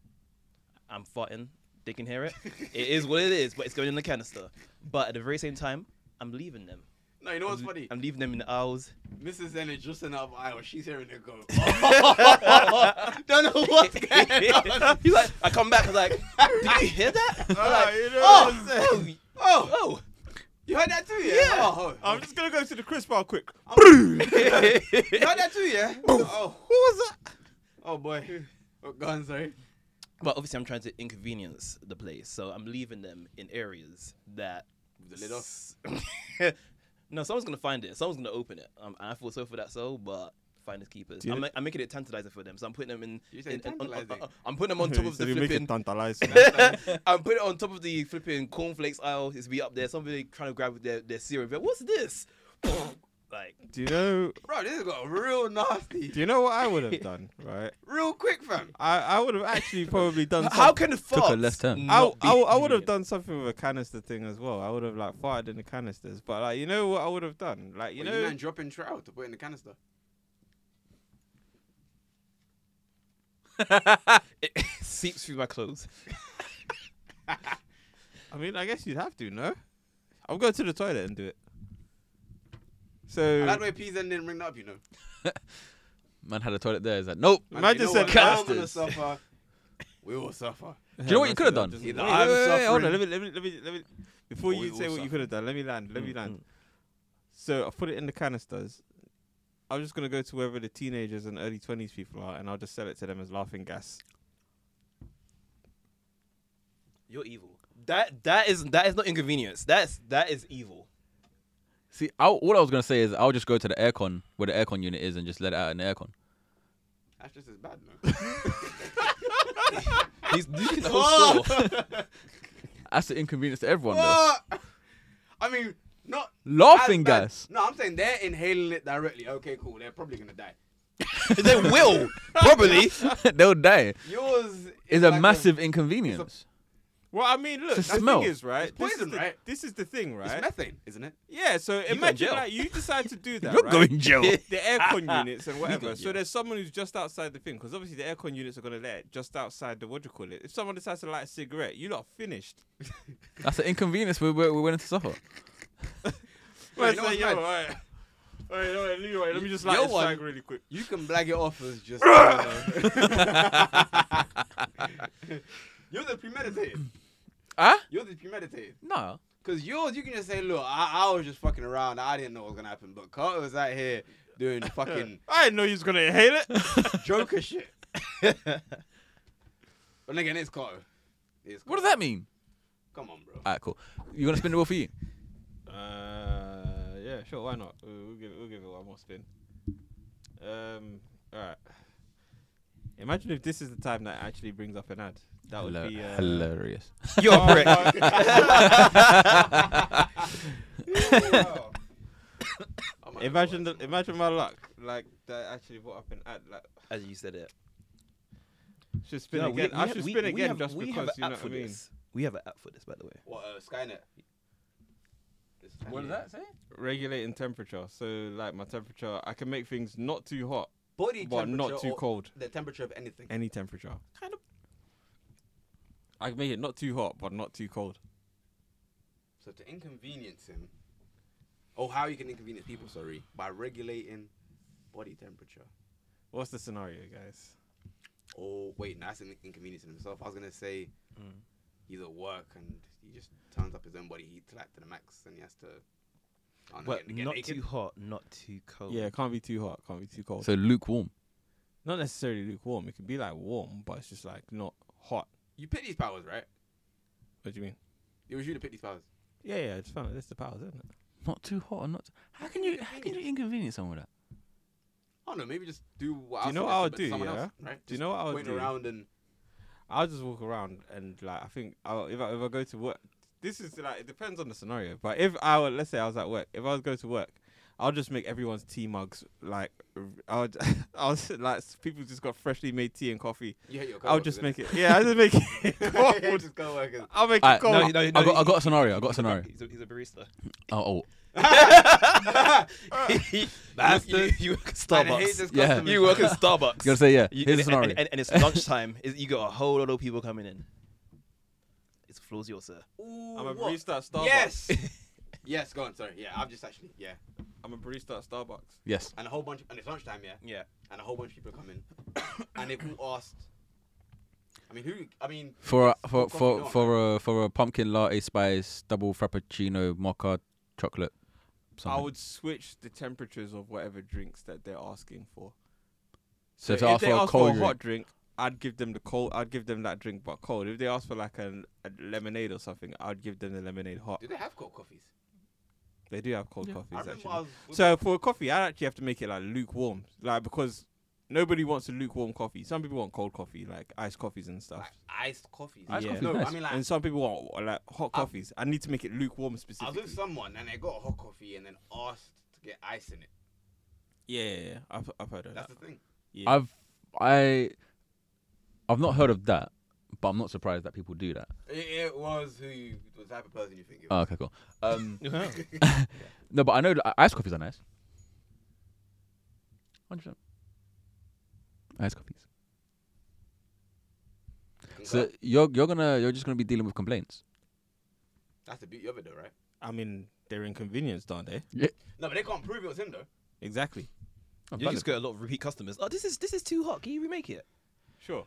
E: I'm farting. They can hear it. it is what it is, but it's going in the canister. But at the very same time, I'm leaving them.
C: No, you know what's
E: I'm-
C: funny?
E: I'm leaving them in the aisles.
C: Mrs. Zen is just in the other aisle. She's hearing it go. "Oh." Don't know what's going on.
E: He's like, I come back, I'm like, did you hear that? I'm like,
B: you know what I'm saying?
E: oh, oh, oh,
C: You heard that too, yeah? Yeah. Oh, oh.
B: I'm just gonna go to the crisp bar quick.
C: You heard that too, yeah? oh. What was that? Oh, boy. Oh, go on, sorry.
E: But obviously, I'm trying to inconvenience the place, so I'm leaving them in areas that.
C: The lid off.
E: no, someone's gonna find it. Someone's gonna open it. Um, and I feel so for that soul, but finders keepers.
B: Do you-
E: I'm, ma- I'm making it tantalizing for them, so I'm putting them in.
C: You said
E: in- in- on- on-
C: tantalizing.
E: I'm putting them on top of the
B: you make
E: flipping.
B: it tantalizing.
E: I'm putting it on top of the flipping cornflakes aisle. It's be up there. Somebody trying to grab their their cereal. But what's this? like
B: do you know?
C: Bro, this got real nasty.
B: Do you know what I would have done? Right?
C: Real quick, fam.
B: I, I would have actually probably done.
E: How
B: some-
E: can the
D: a
E: fuck
D: left turn.
B: I, I, I would have done something with a canister thing as well. I would have like farted in the canisters, but like you know what I would have done, like you
C: Wait,
B: know,
C: man dropping trout to put in the canister.
E: It seeps through my clothes.
B: I mean, I guess you'd have to, no? I'll go to the toilet and do it. So
C: I like the way P Zen didn't bring that up, you know.
D: Man had a toilet there. He's like, nope.
C: Man,
B: Imagine
C: you know
B: said
C: what? I'm gonna
D: canisters.
C: suffer. We will suffer.
D: Do you know what you could have done?
C: Either
B: Wait,
C: I'm
B: wait, wait, wait, hold on.
C: suffering-
B: Let me, let me, let me, let me. Before
C: Or we
B: you
C: all
B: say what you
C: suffer.
B: could have done, let me land. Let
D: Mm,
B: me land. So I put it in the canisters. I'm just gonna go to wherever the teenagers and early twenties people are, and I'll just sell it to them as laughing gas.
E: You're evil. That that is that is not inconvenience. That's that is evil.
D: See, I, all I was gonna say is I'll just go to the aircon where the aircon unit is and just let it out in the aircon.
C: That's just as bad, man.
E: He's nuking the whole store.
D: That's the inconvenience to everyone. Though.
C: What? I mean, not
D: Laughing
C: as bad-
D: gas.
C: No, I'm saying they're inhaling it directly. Okay, cool. They're probably gonna die.
E: they will probably.
D: They'll die.
C: Yours
D: It's
C: is
D: a
C: like
D: massive inconvenience.
B: Well, I mean, look.
D: It's a
B: the
D: smell.
B: thing is, right?
C: It's
B: this
C: poison,
B: is the,
C: right?
B: This is the thing,
C: It's
B: right?
C: methane, isn't it?
B: yeah. So
E: in
B: imagine
E: jail.
B: like you decide to do that.
D: You're
B: right?
D: going jail.
B: the aircon units and whatever.
D: got
B: So
D: you.
B: there's someone who's just outside the thing because obviously the aircon units are gonna let it just outside the what do you call it. If someone decides to light a cigarette, you lot are finished.
D: That's the inconvenience we're, we're, we're willing to suffer.
C: Wait,
B: Right,
C: you know
B: so,
C: what's
B: yo,
C: mad?
B: alright. Alright, alright, anyway, let me just light
C: Your
B: this
C: one-
B: flag really quick.
C: You can blag it off as just. You're the premeditated.
D: Huh?
C: You're the premeditated.
D: No.
C: Cause yours, you can just say, "Look, I, I was just fucking around. I didn't know what was gonna happen." But Carter was out here doing fucking
B: I didn't know you was gonna hate it.
C: Joker shit. but again, it's Carter. It's
D: What does
C: Carter.
D: that mean?
C: Come on, bro.
D: Alright, cool. You gonna spin the wheel for you?
B: Uh, yeah, sure, why not? We'll, we'll give it, we'll give it one more spin. Um, alright. Imagine if this is the time that actually brings up an ad. That would
D: Hila-
B: be uh,
D: hilarious.
E: You're a prick.
B: Imagine the, imagine my luck. Like that actually brought up an ad. Like
E: As you said it.
B: should spin
E: No, we-
B: again.
E: we
B: I
E: ha-
B: should
E: we-
B: spin
E: we
B: again
E: have-
B: just
E: we
B: because
E: have an
B: you know
E: app
B: what I
E: for
B: mean.
E: this. We have an app for this, by the way.
C: What, uh, Skynet?
D: What does that say?
B: Regulating temperature. So like my temperature, I can make things not too hot
C: Body
B: but
C: temperature.
B: not too
C: or
B: cold.
C: The temperature of anything.
B: Any temperature. Kind of. I can make it not too hot but not too cold.
C: So to inconvenience him, oh, how you can inconvenience people? Sorry, by regulating body temperature.
B: What's the scenario, guys?
C: Oh, wait, no, that's an inconvenience in himself. I was gonna say
D: Mm.
C: he's at work and he just turns up his own body heat to like to the max, and he has to. I don't know,
E: But
C: get- get
E: not
C: naked.
E: too hot, not too cold.
B: Yeah, it can't be too hot, can't be too cold.
D: So lukewarm.
B: not necessarily lukewarm. It could be like warm, but it's just like not hot.
C: You pick these powers, right?
B: What do you mean?
C: It was you to pick these powers.
B: Yeah, yeah. I just found out this the powers, isn't it?
D: Not too hot. Not. How can you? How can you inconvenience someone with that?
C: I don't know. Maybe just do what.
B: Do
C: I
B: you know
C: suggested,
B: what I would
C: but
B: do,
C: Someone else,
B: yeah?
C: right?
B: Do you
C: Just
B: know what I would
C: point
B: do?
C: around and
B: I'll just walk around and like I think I'll, if I if I go to work, this is like it depends on the scenario. But if I were, let's say I was at work, if I was go to work, I'll just make everyone's tea mugs like I'll I'll like s- people just got freshly made tea and coffee.
C: you hate your.
B: I'll just make it. Yeah, I'll just make it cold.
C: just coworkers.
B: I'll make
D: Alright,
B: it cold.
E: no, you-
D: I, I got. I got a scenario. I got a scenario.
E: He's a, he's a barista.
D: Oh, oh.
E: Bastard. You, work at
C: I hate
E: Starbucks.
C: this
D: Yeah.
C: customer
E: You work
C: service.
E: at Starbucks.
D: You gotta say yeah.
E: You-
D: Here's a
E: and, and-
D: scenario.
E: and- and it's lunchtime. Is- you got a whole lot of people coming in. It's floors your sir.
C: Ooh,
B: I'm a
C: what?
B: barista at Starbucks.
C: Yes. yes. Go on. Sorry. Yeah. I've just actually. Yeah.
B: I'm a barista at Starbucks.
D: yes.
C: And a whole bunch. And it's lunchtime. Yeah.
E: Yeah.
C: And a whole bunch of people come in, and they've all asked. I mean, who? I mean,
D: For a,
C: it's
D: for
C: coffee
D: for
C: donut.
D: for a for a pumpkin latte spice double frappuccino mocha chocolate.
B: I
D: Something.
B: would switch the temperatures of whatever drinks that they're asking for.
D: So if they ask for a cold
B: hot drink, I'd give them the cold. I'd give them that drink, but cold. If they ask for like a, a lemonade or something, I'd give them the lemonade hot.
C: do they have cold coffees?
B: They do have cold
C: I
B: coffees
C: remember
B: actually.
C: I was. with-
B: So for a coffee, I'd actually have to make it like lukewarm, like because nobody wants a lukewarm coffee. Some people want cold coffee, like iced coffees and stuff.
C: like, iced coffees.
D: Iced
B: Yeah.
D: coffee's
C: No,
D: nice.
C: I mean like.
B: and some people want like hot coffees. I need to make it
C: I
B: lukewarm
C: was
B: specifically.
C: with someone and they got a hot coffee and then asked to get ice in it.
B: yeah, yeah, yeah. I've, I've heard of
C: That's
B: that.
C: the thing.
B: Yeah.
D: I've I I've not heard of that, but I'm not surprised that people do that.
C: It, it was who you, the type of person you think it
B: Uh,
D: Oh,
C: was.
D: okay, cool. Um, no, but I know that iced coffees are nice. Hundred percent. Iced coffees.
C: Congrats.
D: So you're you're gonna you're just gonna be dealing with complaints.
C: That's the beauty of it, though, right?
B: I mean, they're inconvenienced, aren't they?
C: No, but they can't prove it was him, though.
B: Exactly.
D: Oh,
E: You just get a lot of repeat customers. Oh, this is this is too hot. Can you remake it?
B: Sure.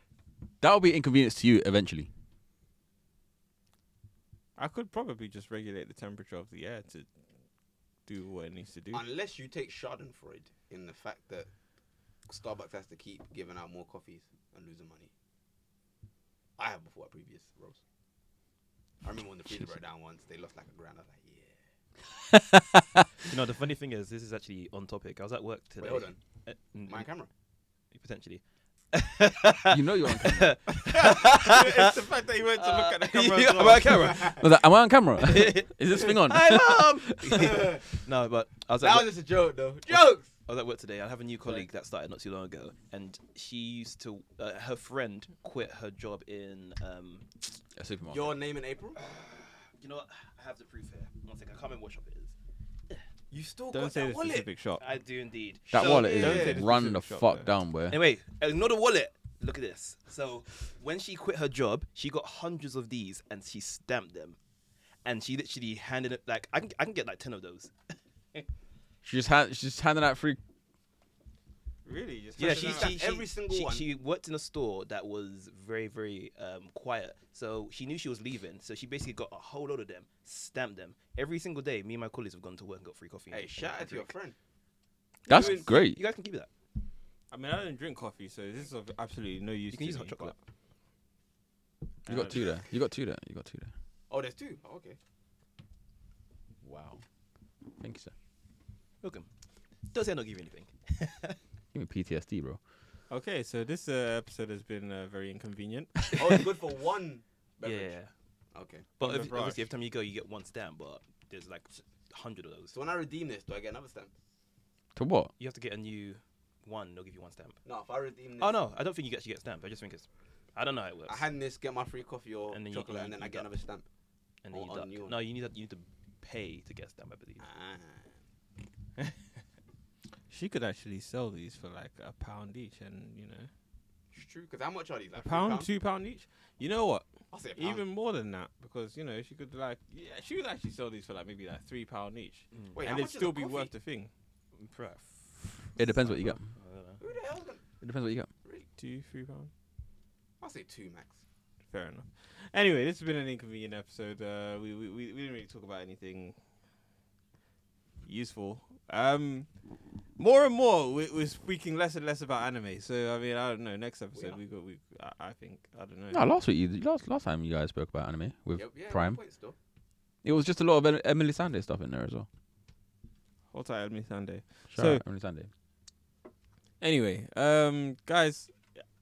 D: that will be inconvenience to you eventually.
B: I could probably just regulate the temperature of the air to do what it needs to do.
C: Unless you take Schadenfreude in the fact that Starbucks has to keep giving out more coffees and losing money. I have before at previous roles. I remember when the freezer broke down once, they lost like a grand. I was like, yeah.
E: You know, the funny thing is, this is actually on topic. I was at work today.
C: Wait, hold on.
E: Uh,
B: Mm-hmm.
E: n-
C: My camera.
E: potentially.
D: you know you're on camera.
B: it's the fact that he went to look at the camera.
E: Yeah, my camera.
D: I was like, Am I on camera? Is this thing on?
E: no, but I was at
C: That
E: work-
C: was just a joke, though. Jokes!
E: I was at work today. I have a new colleague that started not too long ago, and she used to. Uh, her friend quit her job in. Um,
D: A supermarket.
C: Your name in April?
E: you know what? I have the proof here. One second. I can't remember what shop it is.
C: You still
B: Don't
C: got
B: say
C: that
B: the
C: wallet.
B: specific shop.
E: I do indeed.
D: that
E: So- uh,
D: wallet
C: Don't say
D: is
C: this
D: run the
B: specific shop,
D: fuck
B: though.
D: down, boy.
E: Anyway, ignore the wallet. Look at this. So when she quit her job, she got hundreds of these and she stamped them, and she literally handed it like I can I can get like ten of those.
D: She just hand, she's just handing out free.
B: Really? Just
E: Yeah,
C: Like,
E: she,
C: she's
E: she,
C: done
E: she
C: every single
E: she,
C: one.
E: she worked in a store that was very very um, quiet, so she knew she was leaving. So she basically got a whole load of them, stamped them every single day. Me and my colleagues have gone to work and got free coffee. and-
C: Hey,
E: and
C: shout
E: a
C: out to your
E: drink.
C: friend.
D: That's
E: You-
D: great.
E: You guys can keep that.
B: I mean, I don't drink coffee, so this is of absolutely no use.
E: You can
B: to
E: use
B: me,
E: hot chocolate.
D: You got two there. You got two there. You got two there.
C: Oh, there's two. Oh, okay.
D: Wow. Thank you, sir. um,
E: Welcome. Don't say I don't give you anything.
D: Give me PTSD, bro.
B: Okay, so this uh, episode has been uh, very inconvenient.
C: oh, it's good for one beverage.
E: Yeah,
C: Okay.
E: but
B: One
E: if,
B: beverage.
E: obviously every time you go, you get one stamp, but there's like hundred of those.
C: So when I redeem this, do I get another stamp?
D: To what?
E: You have to get a new one. They'll give you one stamp.
C: No, if I redeem this.
E: Oh no, I don't think you actually get stamped. I just think it's. I don't know how it works.
C: I hand this, get my free coffee or
E: And then you-
C: chocolate,
E: you-
C: and then I
E: you
C: get
E: duck.
C: another stamp.
E: and then
C: or
E: you
C: a
E: duck.
C: new one.
E: No, you need to you need to pay to get stamped. I believe.
C: Ah.
B: She could actually sell these for like a pound each, and you know,
C: It's true, because how much are these? Like
B: a
C: three
B: pound,
C: pounds?
B: two pound each. You know what?
C: I'll say a pound.
B: Even more than that, because you know she could like yeah, she could actually sell these for like maybe like three pound each,
C: Wait, how
B: and it'd
C: much is a
B: still be
C: coffee?
B: worth the thing.
D: It depends what you get.
E: I don't know.
C: Who the hell's gonna?
D: It depends what you get.
B: Two, three pound.
C: I'll say two max.
B: Fair enough. Anyway, this has been an inconvenient episode. Uh, we, we we we didn't really talk about anything useful. Um, more and more we, we're speaking less and less about anime. So I mean, I don't know. Next episode we got we. I, I think I don't know.
D: No, last week you last last time you guys spoke about anime with
C: Yep, yeah,
D: Prime.
C: Point still.
D: It was just a lot of Em- Emily Sunday stuff in there as well.
B: Hold tight, Anime Sunday.
D: Shout
B: So-
D: out Emily Sunday.
B: Anyway, um, guys,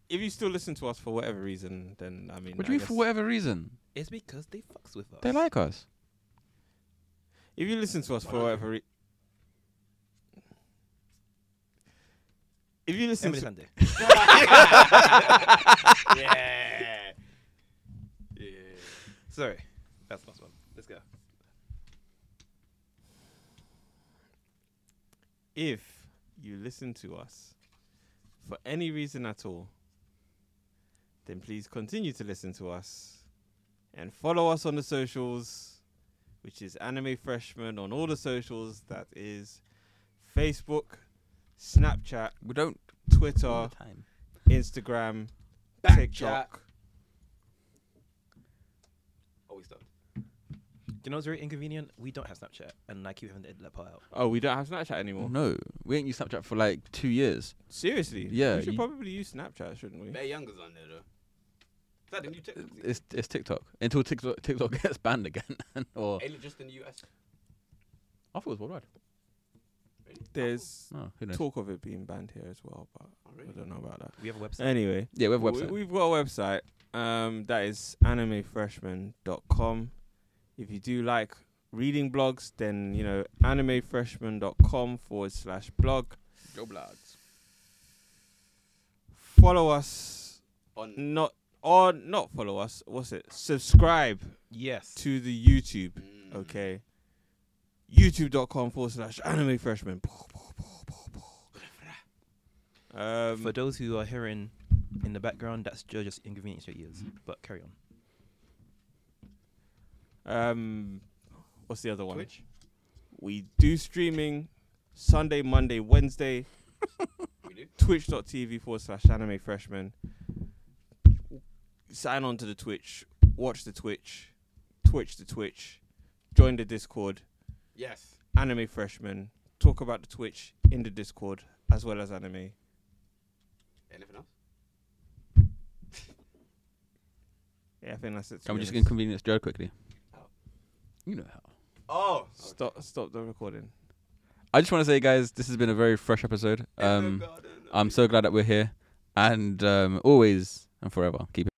B: if you still listen to us for whatever reason, then I mean,
D: But
B: I
D: we
B: guess-
D: for whatever reason
E: It's because they fucks with us.
D: they like us.
B: if you listen to us for whatever reason. If you listen
E: Emily
B: to
E: Sunday.
C: yeah. Yeah.
E: Sorry, that's the last one. Let's go.
B: if you listen to us for any reason at all, then please continue to listen to us and follow us on the socials, which is Anime Freshman on all the socials. That is Facebook, Snapchat,
D: We don't all
B: Twitter,
D: the time.
B: Instagram,
C: Back
B: TikTok.
C: Oh, we stopped.
E: Do you know what's very inconvenient? We don't have Snapchat, and I keep having to edit that part out.
B: Oh, we don't have Snapchat anymore.
D: No, we ain't used Snapchat for like two years.
B: Seriously?
D: Yeah,
B: We should
D: you-
B: probably use Snapchat, shouldn't we?
C: Bear Younger's on there though. Is that the new TikTok? thing?
D: It's it's TikTok until TikTok TikTok gets banned again. or
C: Ain't it just in the US?
D: I thought it was worldwide.
C: Really?
B: There's
D: Oh, who knows?
B: talk of it being banned here as well, but
C: Oh,
B: I
C: really?
B: don't know about that.
E: We have a website.
B: Anyway,
D: Yeah, we have
B: we-
D: a website.
B: we've got a website. Um, that is animefreshman.com. If you do like reading blogs, then you know animefreshman.com forward slash blog.
D: Go blogs.
B: Follow us,
C: On
B: not or not follow us. What's it? Subscribe
E: Yes.
B: to the YouTube.
C: Mm.
B: Okay. YouTube.com forward slash anime freshman. Um,
E: For those who are hearing in the background, that's ju- just inconvenience to your ears. But carry on.
B: um, what's the other one?
C: Twitch.
B: We do streaming Sunday, Monday, Wednesday.
C: We do.
B: Twitch.tv forward slash anime freshman. Sign on to the Twitch. Watch the Twitch. Twitch the Twitch. Join the Discord.
C: Yes.
B: Anime freshman. Talk about the Twitch in the Discord as well as anime.
C: Anything else?
B: Yeah, I think that's it. to
D: Can we
B: be honest.
D: just inconvenience Joe quickly?
C: How?
D: You know how.
C: Oh.
B: Stop! Stop the recording.
D: I just want to say, guys, this has been a very fresh episode.
C: okay.
D: Um,
C: Garden of
D: I'm so glad that we're here, and um, always and forever keep. it.